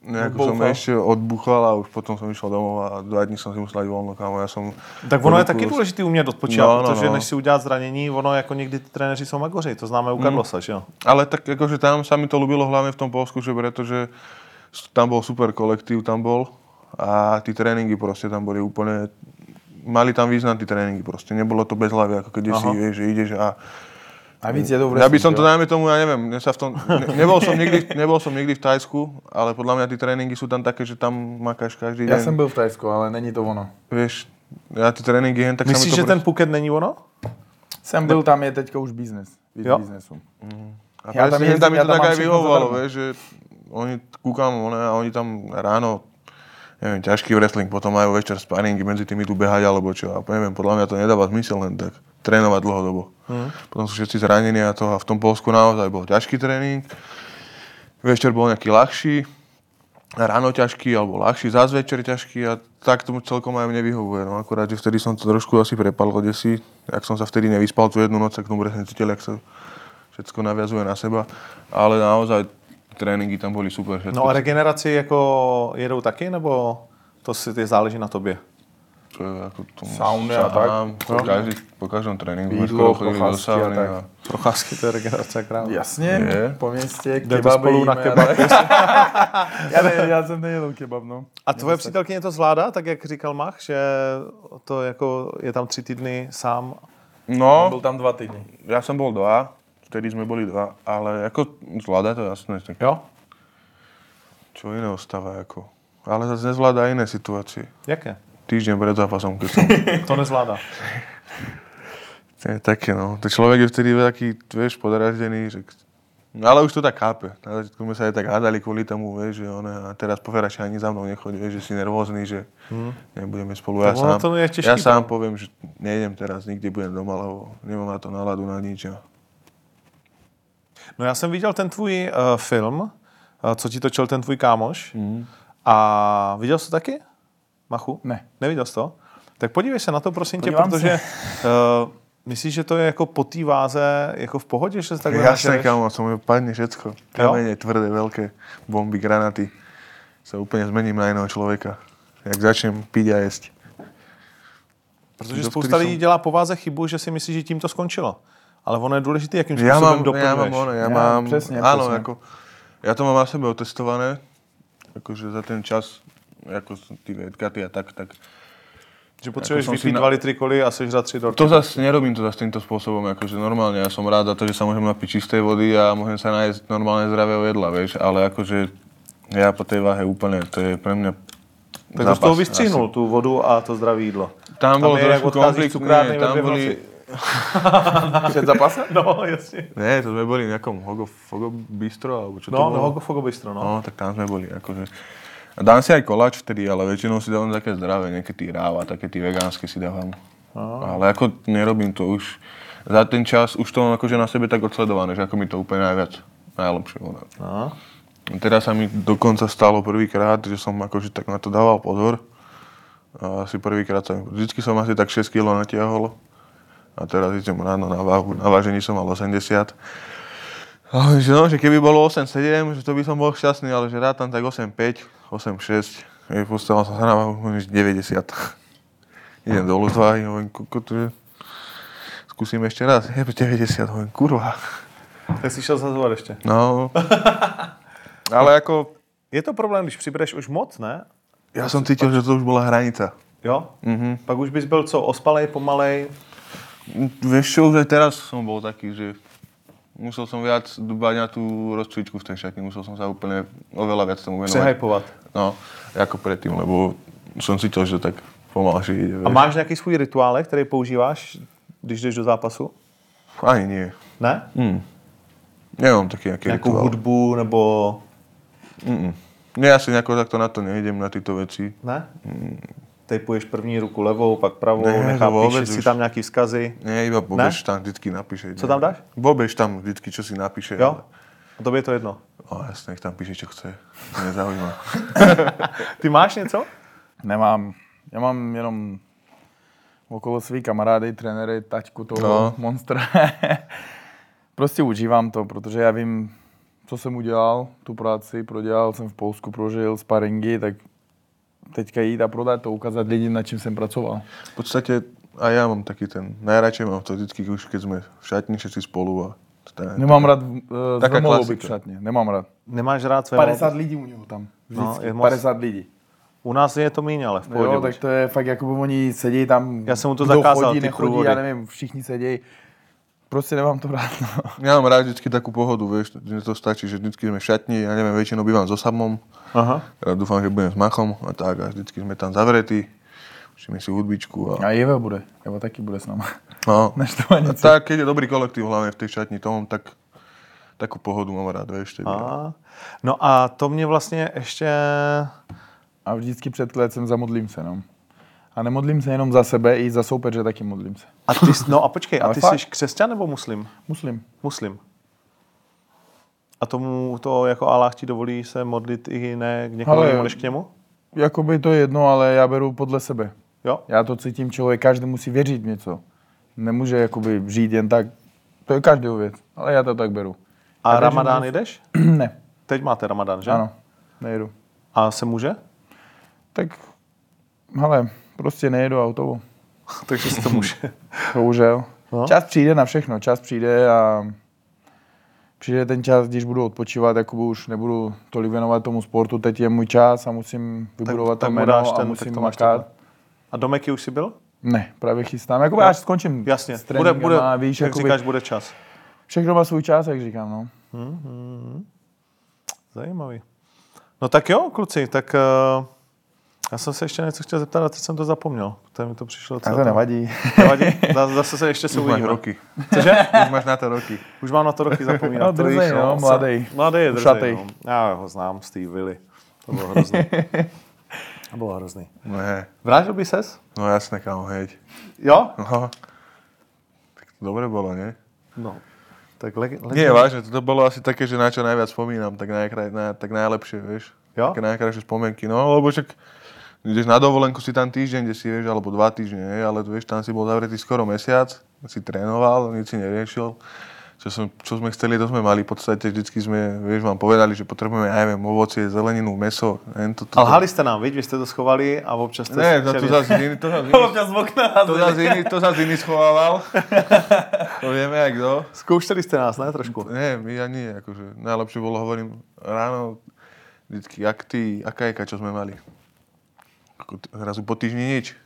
Speaker 2: Nejako som
Speaker 3: Odbouchal.
Speaker 2: ešte odbuchal a už potom som išiel domov a dva dní som si musel dať voľno, kámo. Ja som...
Speaker 1: Tak ono je
Speaker 2: po
Speaker 1: taky
Speaker 2: ruku-
Speaker 1: důležité umět odpočívat,
Speaker 2: No, no,
Speaker 1: protože
Speaker 2: no.
Speaker 1: než si udělat zranění, ono jako někdy ty trenéři jsou magoři, to známe u
Speaker 3: Mm.
Speaker 1: Karlosa, že jo?
Speaker 2: Ale tak akože tam sa mi to ľúbilo hlavne v tom Polsku, že pretože tam bol super kolektív, tam bol a tí tréningy proste tam boli úplne, mali tam význam tí tréningy proste, nebolo to bez hlavy, ako keď si vieš, že ideš a
Speaker 3: A víc je dobré.
Speaker 2: ja by som to najmä tomu, ja neviem, mne sa v tom, ne, nebol, som nikdy, nebol som nikdy v Tajsku, ale podľa mňa tí tréningy sú tam také, že tam makáš každý
Speaker 3: Já
Speaker 2: deň,
Speaker 3: jsem byl v Tajsku, ale není to ono.
Speaker 2: vieš, ja tí tréningy jen tak
Speaker 1: Myslíš,
Speaker 2: sa mi
Speaker 1: že
Speaker 2: to
Speaker 1: ten Phuket není ono?
Speaker 3: Jsem byl tam, je teďka už biznes. Víc
Speaker 1: Jo.
Speaker 3: biznesu.
Speaker 2: A
Speaker 3: Ja
Speaker 2: presne,
Speaker 3: tam
Speaker 2: že
Speaker 3: jezdím,
Speaker 2: tam mi
Speaker 3: ja
Speaker 2: to
Speaker 3: tam
Speaker 2: tak
Speaker 3: mám
Speaker 2: aj
Speaker 3: všechno
Speaker 2: vyhovovalo,
Speaker 3: zadarmo.
Speaker 2: vieš, že oni, kúkam, one, a oni tam ráno, neviem, ťažký wrestling, potom majú večer sparingy, medzi tým idú behať alebo čo. A neviem, podľa mňa to nedáva zmysel len tak trénovať dlhodobo.
Speaker 3: Mhm.
Speaker 2: Potom sú všetci zranení a to a v tom Polsku naozaj bol ťažký tréning, večer bol nejaký ľahší, a ráno ťažký alebo ľahší, zás večer ťažký a tak tomu celkom aj mne vyhovuje. No akurát, že vtedy som to trošku asi prepal kde si, ak som sa vtedy nevyspal tú jednu noc, tak tomu presne cítil, jak sa všetko naviazuje na seba. Ale naozaj tréninky tam boli super. Všetko.
Speaker 1: No a regeneraci jako jedou taky, nebo to si ty záleží na tobě?
Speaker 2: to je ako tomu
Speaker 3: Sauny a tak.
Speaker 2: sám, Po, každý, po každém tréninku sme skoro
Speaker 3: Jídlo,
Speaker 2: chodili do
Speaker 3: procházky a
Speaker 2: sauny.
Speaker 3: tak.
Speaker 2: A...
Speaker 1: Procházky to je regenerace krávy.
Speaker 3: Jasně,
Speaker 2: Je.
Speaker 3: po městě,
Speaker 1: Jdete
Speaker 3: kebaby
Speaker 1: spolu na
Speaker 3: jíme a
Speaker 1: kebab.
Speaker 3: tak. já, ne, já jsem nejedl kebab, no.
Speaker 1: A tvoje přítelkyně to zvládá, tak jak říkal Mach, že to jako je tam tři týdny sám.
Speaker 2: No,
Speaker 3: Byl tam dva týdny.
Speaker 2: ja som bol dva, vtedy sme boli dva, ale ako zvláda to jasné, tak
Speaker 3: Jo?
Speaker 2: čo iné ostáva ako. Ale zase nezvláda iné situácie.
Speaker 1: Jaké?
Speaker 2: Týždeň pred zápasom, keď som
Speaker 1: To nezvládá.
Speaker 2: To je také, no. To človek je vtedy taký, vieš, podráždený, že... No, ale už to tak chápe. Na začiatku sme sa aj tak hádali kvôli tomu, vieš, že ona a teraz po Feraši ani za mnou nechodí, vieš, že si nervózny, že nebudeme spolu.
Speaker 1: Hm.
Speaker 2: Ja
Speaker 1: Tak ono
Speaker 2: sám,
Speaker 1: to je těžký
Speaker 2: ja sám poviem, že nejdem teraz, nikdy budem doma, lebo nemám na to náladu na nič. A...
Speaker 1: No já jsem viděl ten tvůj uh, film, uh, co ti točil ten tvůj kámoš.
Speaker 3: Hmm.
Speaker 1: Mm. A viděl jsi to taky? Machu?
Speaker 3: Ne.
Speaker 1: Neviděl jsi to? Tak podívej se na to, prosím tě,
Speaker 3: Podívám
Speaker 1: protože uh, myslíš, že to je jako po té váze jako v pohodě, že se takhle
Speaker 2: Jasné,
Speaker 1: načereš?
Speaker 2: kamo, som mi padne všetko. Kamene, tvrdé, veľké, bomby, granaty. Sa úplne zmením na iného človeka. Jak začnem piť a jesť.
Speaker 1: Protože
Speaker 2: Dovtedy
Speaker 1: spousta lidí
Speaker 2: jsem-
Speaker 1: dělá po váze chybu, že si myslí, že tím to skončilo. Ale ono je důležité, jakým způsobem
Speaker 2: Ja mám,
Speaker 1: doplňuješ.
Speaker 2: ja mám ono, ja,
Speaker 3: Ja,
Speaker 2: mám,
Speaker 3: presne,
Speaker 2: áno,
Speaker 3: presne.
Speaker 2: ako, ja to mám na sebe otestované, akože za ten čas, jako ako som tí vedkaty a tak, tak.
Speaker 1: Že potřebuješ
Speaker 2: Jako jsem si
Speaker 1: vypít
Speaker 2: na-
Speaker 1: dva litry koli a sežrat tři dorty.
Speaker 2: To zase nerobím to zase týmto spôsobom, akože normálne, ja som rád za to, že sa môžem napiť čistej vody a môžem sa nájsť normálne zdravého jedla, vieš, ale akože ja po tej váhe úplne, to je pre mňa
Speaker 1: Tak to z toho
Speaker 2: zápas
Speaker 1: vystřihnul, tu vodu a to zdravé jídlo.
Speaker 2: Tam bol
Speaker 1: je, jak
Speaker 2: trošku
Speaker 1: odcházíš z
Speaker 2: konflikt,
Speaker 1: cukrárny
Speaker 2: nie,
Speaker 1: ve
Speaker 2: tam
Speaker 1: dvě v
Speaker 2: boli-
Speaker 1: noci.
Speaker 3: Před zápasem?
Speaker 1: No, jasně.
Speaker 2: asi. Ne, to sme boli v nejakom Hogo, Hogo Bistro, alebo čo to
Speaker 1: No,
Speaker 2: bolo?
Speaker 1: no, hogofoko bistro, no.
Speaker 2: No, tak tam sme boli, akože. A dám si aj koláč vtedy, ale väčšinou si dávam také zdravé, nejaké tí ráva, také tí vegánske si dávam.
Speaker 1: No.
Speaker 2: Ale ako nerobím to už, za ten čas už to mám akože na sebe tak odsledované, že ako mi to úplne najviac, najlepšie ono.
Speaker 1: no.
Speaker 2: Teraz sa mi dokonca stalo prvýkrát, že som akože tak na to dával pozor. A asi prvýkrát som, vždycky som asi tak 6 kg natiahol. A teraz idem ráno na váhu, na vážení som mal 80. Ale že no, že keby bolo 8,7, že to by som bol šťastný, ale že rád tam tak 8,5, 8,6. Hej, Postavil som sa na váhu, hovorím, že 90. Idem dolu z váhy, hovorím, koko, to je... Skúsim ešte raz, je 90, hovorím, kurva.
Speaker 1: Tak jsi šel zazvat ještě.
Speaker 2: No, ale jako,
Speaker 1: Je to problém, když přibereš už moc, ne?
Speaker 2: já jsem cítil, že to už byla hranice.
Speaker 1: Jo?
Speaker 2: Mhm.
Speaker 1: Mm-hmm. Pak už bys byl co, ospalej, pomalej.
Speaker 2: Vieš čo, už aj teraz som bol taký, že musel som viac dubať na tú rozcvičku v tej šatni, musel som sa úplne oveľa viac tomu venovať.
Speaker 1: Přehypovat.
Speaker 2: No, ako predtým, lebo som cítil, že tak pomalšie ide.
Speaker 1: A
Speaker 2: vieš.
Speaker 1: máš nějaký svůj rituál, který používáš, když jdeš do zápasu?
Speaker 2: Ani nie.
Speaker 1: Ne?
Speaker 2: Mm. Nemám taký nejaký
Speaker 1: Nějakou
Speaker 2: rituál.
Speaker 1: hudbu nebo...
Speaker 2: Mm-mm. Nie, asi nejako takto na jako to nejdem, na tyto veci.
Speaker 1: Ne? Tejpuješ první ruku levou, pak pravou,
Speaker 2: Ne, to
Speaker 1: nechápíš,
Speaker 2: vůbec
Speaker 1: píšeš si
Speaker 2: už.
Speaker 1: tam nějaký vzkazy.
Speaker 2: Nie, iba Bobež tam vždycky napíše.
Speaker 1: Co tam dáš?
Speaker 2: Bobež tam vždycky, čo si napíše.
Speaker 1: Jo? A tobě je to jedno.
Speaker 2: O, jasne, nech tam píše, čo chce. To mňa zaujíma.
Speaker 1: Ty máš něco?
Speaker 3: Nemám. Já mám jenom okolo svý kamarády, trenéry, taťku toho
Speaker 2: No.
Speaker 3: no. monstra. prostě užívám to, protože já vím, co jsem udělal, tu práci prodělal, jsem v Polsku prožil sparingy, tak teďka jít a prodat to, ukázat lidem, na čem jsem pracoval.
Speaker 2: V podstate a ja mám taký ten, najradšej mám to vždycky, už keď sme v šatni všetci spolu a teda,
Speaker 1: No.
Speaker 3: Nemám rád uh,
Speaker 2: taká
Speaker 3: zlomovobik
Speaker 2: klasika.
Speaker 3: šatně, nemám rád.
Speaker 1: Nemáš rád své
Speaker 3: 50 lidí u něho tam,
Speaker 1: No,
Speaker 3: vždycky,
Speaker 1: je
Speaker 3: no,
Speaker 1: moc-
Speaker 3: 50 lidí.
Speaker 1: U nás je to míň, ale v pohodě.
Speaker 3: Jo,
Speaker 1: buď.
Speaker 3: tak to je fakt, jako by oni sedí tam,
Speaker 1: Já jsem mu to
Speaker 3: kdo
Speaker 1: zakázal,
Speaker 3: chodí,
Speaker 1: ty
Speaker 3: nechodí,
Speaker 1: průvody.
Speaker 3: já nevím, všichni sedí. Prostě nemám to rád, no.
Speaker 2: Ja mám rád vždycky takú pohodu, vieš, mne to stačí, že vždycky sme v šatni, ja neviem, väčšinou bývam so samom,
Speaker 1: Aha.
Speaker 2: ja dúfam, že budem s machom a tak a vždycky sme tam zavretí, učíme si hudbičku
Speaker 1: No.
Speaker 2: a,
Speaker 3: A Jeva bude, Jeva taky bude s náma.
Speaker 2: no. a
Speaker 3: Naštvanice.
Speaker 2: tak, keď je dobrý kolektív hlavne v tej šatni, to mám tak, takú pohodu mám rád, vieš, tedy.
Speaker 1: A, no a to mě vlastně ještě...
Speaker 3: A vždycky před klecem zamodlím se, no. A nemodlím se jenom za sebe, i za soupeře taky modlím se.
Speaker 1: A ty, jsi- no a počkej, a
Speaker 3: Ale
Speaker 1: ty
Speaker 3: fakt.
Speaker 1: jsi křesťan nebo muslim?
Speaker 3: Muslim.
Speaker 1: Muslim. A tomu to jako Allah ti dovolí se modlit i ne k někomu
Speaker 3: Ale-
Speaker 1: jinému než k němu?
Speaker 3: Jakoby to je jedno, ale já beru podle sebe.
Speaker 1: Jo?
Speaker 3: Já to cítím, člověk, každý musí věřit v něco. Nemůže jakoby žít jen tak. To je každého věc, ale já to tak beru.
Speaker 1: A,
Speaker 3: Já věřím
Speaker 1: ramadán
Speaker 3: v-
Speaker 1: jdeš?
Speaker 3: ne,
Speaker 1: Teď máte ramadán, že?
Speaker 3: ano, nejedu.
Speaker 1: A se může?
Speaker 3: Tak, hele, prostě nejedu a hotovo.
Speaker 1: Takže se to může.
Speaker 3: Bohužel.
Speaker 1: No.
Speaker 3: No. Čas přijde na všechno. Čas přijde a přijde ten čas, když budu odpočívat, jakoby už nebudu tolik věnovat tomu sportu. Teď je můj čas a musím vybudovat
Speaker 1: tak
Speaker 3: to
Speaker 1: mu dáš
Speaker 3: jméno a
Speaker 1: ten-
Speaker 3: musím
Speaker 1: tak to máš
Speaker 3: makat.
Speaker 1: A do Meky už jsi byl?
Speaker 3: Ne, právě chystám. Jakoby
Speaker 1: Jo.
Speaker 3: až skončím
Speaker 1: No, Jasně.
Speaker 3: s
Speaker 1: Bude, bude,
Speaker 3: tréninkama, víš,
Speaker 1: jak
Speaker 3: jakoby,
Speaker 1: říkáš, bude čas.
Speaker 3: všechno má svůj čas, jak říkám, no.
Speaker 1: Zajímavý. No tak jo, kluci, tak uh, já jsem se ještě něco chtěl zeptat, a teď jsem to zapomněl. To mi to přišlo.
Speaker 3: A
Speaker 1: celé
Speaker 3: to
Speaker 1: tam.
Speaker 3: nevadí.
Speaker 1: Nevadí? Za- Zase se ještě se
Speaker 2: Už máš
Speaker 1: uvidíme.
Speaker 2: roky,
Speaker 1: Cože?
Speaker 2: už máš na to roky.
Speaker 1: Už mám na to roky zapomínat.
Speaker 3: No,
Speaker 1: To
Speaker 3: drzej,
Speaker 1: víš,
Speaker 3: no,
Speaker 1: co-
Speaker 3: mladej.
Speaker 1: Mladý je drzej,
Speaker 3: Ušatej.
Speaker 1: no. Já ho znám z té vily. To bylo hrozný. To bylo hrozný.
Speaker 2: No, hej.
Speaker 1: Vrátil by ses?
Speaker 2: no jasné, kámo, heď.
Speaker 1: Jo?
Speaker 2: No. Tak to dobre bolo, nie?
Speaker 1: No. Tak le- le-
Speaker 2: Nie, vážne, toto bolo asi také, že na čo najviac spomínam, tak, najkraj, na, tak najlepšie, vieš.
Speaker 1: Jo?
Speaker 2: Také najkrajšie spomienky, no, lebo však ideš na dovolenku si tam týždeň, kde si, vieš, alebo dva týždne, hej, ale vieš, tam si bol zavretý skoro mesiac, si trénoval, nič si neriešil. Čo, som, čo sme chceli, to sme mali v podstate, vždycky sme, vieš, vám povedali, že potrebujeme, ja neviem, ovocie, zeleninu, meso, neviem, to, to,
Speaker 1: A lhali jste nám, viď? Vy jste to schovali a občas jste
Speaker 2: Ne, no, to, to
Speaker 1: chtěli-
Speaker 2: zase iný, to zase iný,
Speaker 1: občas v okna
Speaker 2: to
Speaker 1: házeli.
Speaker 2: zase iný, to zase iný schovával. To vieme, jak kto.
Speaker 1: Zkoušeli jste nás, ne? Trošku.
Speaker 2: Nie, my ani nie, akože najlepšie bolo, hovorím, ráno vždycky, ak ty, aká jaka, čo sme mali. Ako t- zrazu po týždni nič.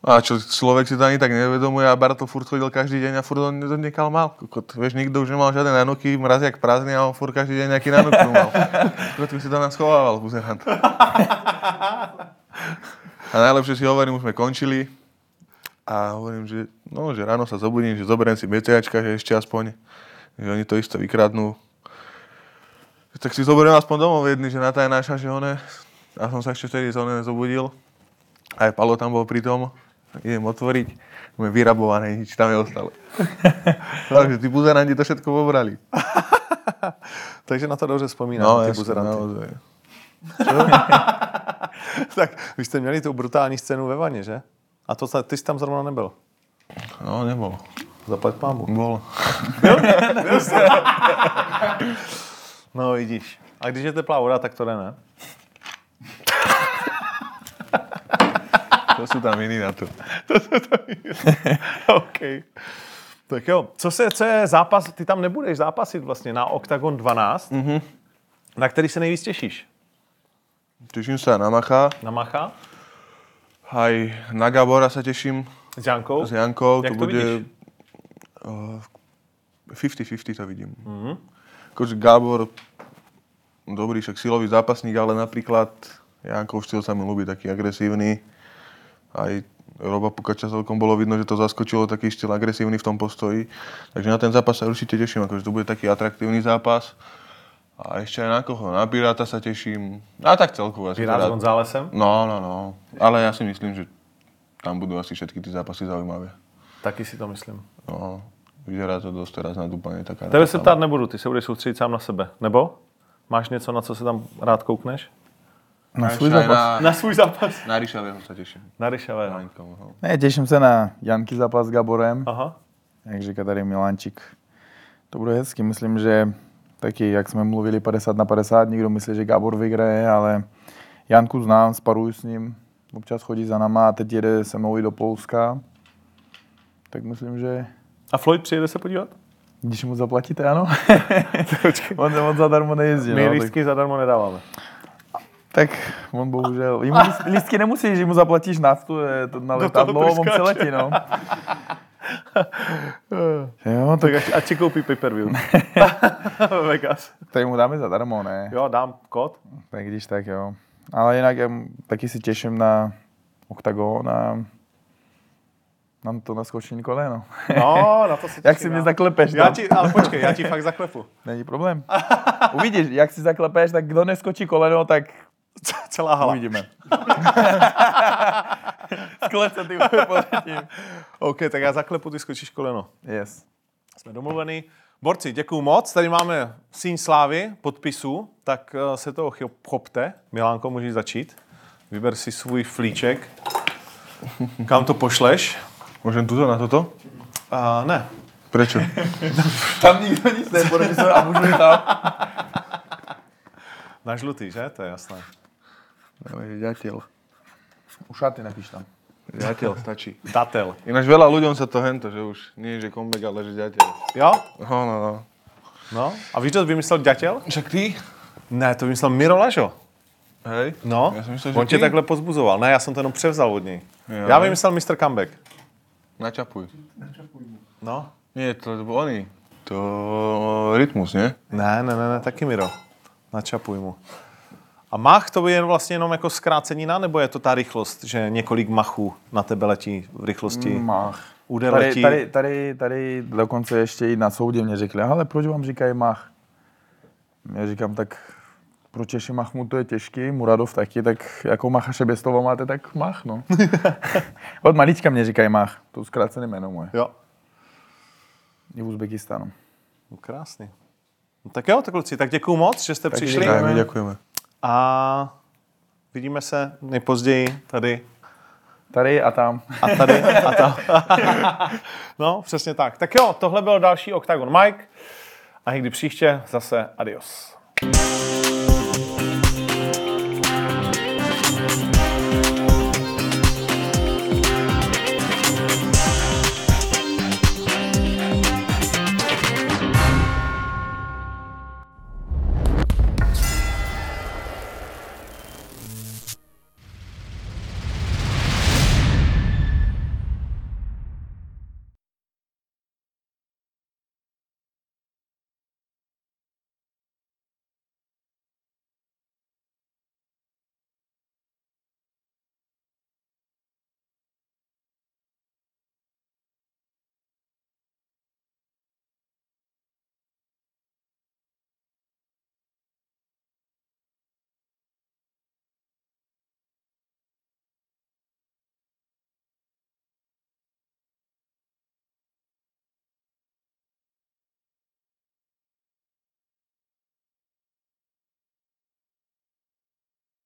Speaker 2: A čo, človek si to ani tak nevedomuje a Bartol furt chodil každý deň a furt on to nekal mal. Kokot. Vieš, nikto už nemal žiadne nánoky, mraziak prázdny a on furt každý deň nejaký nánok tu mal. Kokot by si to nám schovával, buzerant. A najlepšie si hovorím, už sme končili a hovorím, že, no, že ráno sa zobudím, že zoberiem si BCAčka, že ešte aspoň, že oni to isto vykradnú. Tak si zoberiem aspoň domov jedný, že Natá je naša, že one, a som sa ešte vtedy z one zobudil. Aj Palo tam bol pri tom, idem otvoriť, máme vyrabované, nič tam je ostalo. Takže ty buzeranti to všetko pobrali.
Speaker 1: Takže na to dobře vzpomínám,
Speaker 2: No,
Speaker 1: ty
Speaker 2: jasne,
Speaker 1: buzeranty.
Speaker 2: naozaj.
Speaker 1: Tak vy jste měli tu brutální scénu ve vaně, že? A to, sa- ty jsi tam zrovna nebyl.
Speaker 2: No, nebolo.
Speaker 1: Zaplať pámu.
Speaker 2: Bolo.
Speaker 1: No vidíš. A když je teplá voda, tak to jde, ne?
Speaker 2: To sú tam iní na to.
Speaker 1: OK. Tak jo, co, se, co je zápas, ty tam nebudeš zápasit vlastně na OKTAGON 12, mm-hmm. na který se nejvíc těšíš?
Speaker 2: Těším se na Macha,
Speaker 1: Na Macha
Speaker 2: aj na Gabora sa teším
Speaker 1: s Jankou?
Speaker 2: s Jankou.
Speaker 1: Jak to vidíš?
Speaker 2: eh, 50-50 to vidím.
Speaker 1: Mhm.
Speaker 2: Mm-hmm. Akože Gábor, dobrý však silový zápasník, ale napríklad Jankov štýl sa mi ľúbi, taký agresívny. Aj Roba Pukača celkom bolo vidno, že to zaskočilo, taký štýl agresívny v tom postoji. Takže na ten zápas sa určite teším, akože to bude taký atraktívny zápas. A ešte aj na koho? Na Piráta sa teším. A tak celkovo. ja som
Speaker 1: Pirát s
Speaker 2: teda-
Speaker 1: Gonzálesem?
Speaker 2: No, no, no. Ale ja si myslím, že tam budú asi všetky tie zápasy zaujímavé.
Speaker 1: Taky si to myslím.
Speaker 2: No, vyzerá to dosť teraz na dúpanie taká.
Speaker 1: Tebe se ptát nebudu, ty se budeš soustředit sám na sebe. Nebo? Máš něco, na co se tam rád koukneš?
Speaker 3: Na svůj
Speaker 2: Aj
Speaker 3: zápas.
Speaker 2: Na,
Speaker 1: Na svůj zápas.
Speaker 2: na Ríšavého sa teším.
Speaker 1: Na Ryšavého.
Speaker 2: Maňkovo, no.
Speaker 3: Ne, těším se na Janky zápas s Gaborem.
Speaker 1: Aha.
Speaker 3: jak říká tady Milančík. To bude hezky, myslím, že taky, jak jsme mluvili 50 na 50, nikdo myslí, že Gábor vyhraje, ale Janku znám, sparuju s ním, občas chodí za náma a teď jede se mnou i do Polska. Tak myslím, že
Speaker 1: A Floyd přijede se podívat?
Speaker 3: když mu zaplatíte, ano. on, on zadarmo nejezdí.
Speaker 1: My
Speaker 3: No, tak,
Speaker 1: lístky zadarmo nedáváme.
Speaker 3: tak, on bohužel. Jemu list- listky nemusíš, jemu zaplatíš naftu eh, to na
Speaker 1: Do toho
Speaker 3: letadlo, on se
Speaker 1: priskáče.
Speaker 3: letí, no. jo, tak
Speaker 1: Tak až, ať si koupí pay-per-view. Vegas.
Speaker 3: tady mu dáme zadarmo, ne?
Speaker 1: Jo, dám kód.
Speaker 3: Tak když tak, jo. Ale jinak em, taky si těším na OKTAGON a nám to naskočí Nikolé, no.
Speaker 1: No, na to se
Speaker 3: Jak
Speaker 1: těším já.
Speaker 3: si mě zaklepeš,
Speaker 1: Já
Speaker 3: no.
Speaker 1: ti, ale počkej, já ti fakt zaklepu.
Speaker 3: Není problém. Uvidíš, jak si zaklepeš, tak kdo neskočí koleno, tak
Speaker 1: Celá hala.
Speaker 3: uvidíme. Sklece ty pořadím.
Speaker 1: OK, tak já zaklepu, ty skočíš koleno.
Speaker 3: Yes.
Speaker 1: Jsme domluveni. Borci, děkuju moc. Tady máme síň slávy, podpisů, tak eh, se toho chop- chopte. Milánko, můžeš začít. Vyber si svůj flíček. Kam to pošleš?
Speaker 2: Môžem tuto na toto?
Speaker 1: Uh, ne.
Speaker 2: Prečo?
Speaker 3: Tam nikdo nic nepodepisuje a můžu jít tam.
Speaker 1: Na žlutý, že? To je jasné.
Speaker 2: Ďateľ.
Speaker 3: Ušaty napíš tam.
Speaker 2: Ďateľ stačí.
Speaker 1: Datel.
Speaker 2: Ináč veľa ľuďom sa to hento, že už nie, že kombek, ale že ďateľ.
Speaker 1: Jo?
Speaker 2: No, no, no.
Speaker 1: No. A víš, kdo vymyslel Datel?
Speaker 2: Však ty?
Speaker 1: Ne, to vymyslel Miro Lažo.
Speaker 2: Hej.
Speaker 1: No,
Speaker 2: Ja som myslel, že
Speaker 1: on tě
Speaker 2: ty.
Speaker 1: takhle pozbuzoval. Ne, já jsem to jenom převzal od něj.
Speaker 2: Jo.
Speaker 1: Já vymyslel Mr. Comeback.
Speaker 2: Načapuj.
Speaker 1: No.
Speaker 2: Nie, to bol oni. To eh, rytmus, nie?
Speaker 1: Ne, ne, ne, ne, taky Miro. Načapuj mu. A mach to je jen vlastně jenom jako zkrácenina, nebo je to ta rychlost, že několik machů na tebe letí v rychlosti?
Speaker 3: Mm, Mach.
Speaker 1: Úder
Speaker 3: Tady,
Speaker 1: letí.
Speaker 3: tady, tady, tady dokonce ještě i na soudě mě řekli, ale proč vám říkají mach? Já říkám, tak pro Češi Machmud to je těžký, Muradov taky, tak jako Macha Šeběstova máte, tak Mach, no. Od malička mě říkají Mach, to zkrácené jméno moje.
Speaker 1: Jo.
Speaker 3: I v Uzbekistánu.
Speaker 1: No, Krásný. No, tak jo, tak kluci, tak děkuju moc, že jste přišli.
Speaker 2: Aj,
Speaker 3: děkujeme.
Speaker 2: my ďakujeme.
Speaker 1: A vidíme se nejpozději tady
Speaker 3: Tady a tam.
Speaker 1: a tady a tam. no, přesně tak. Tak jo, tohle byl další Octagon Mike. A někdy příště zase adios.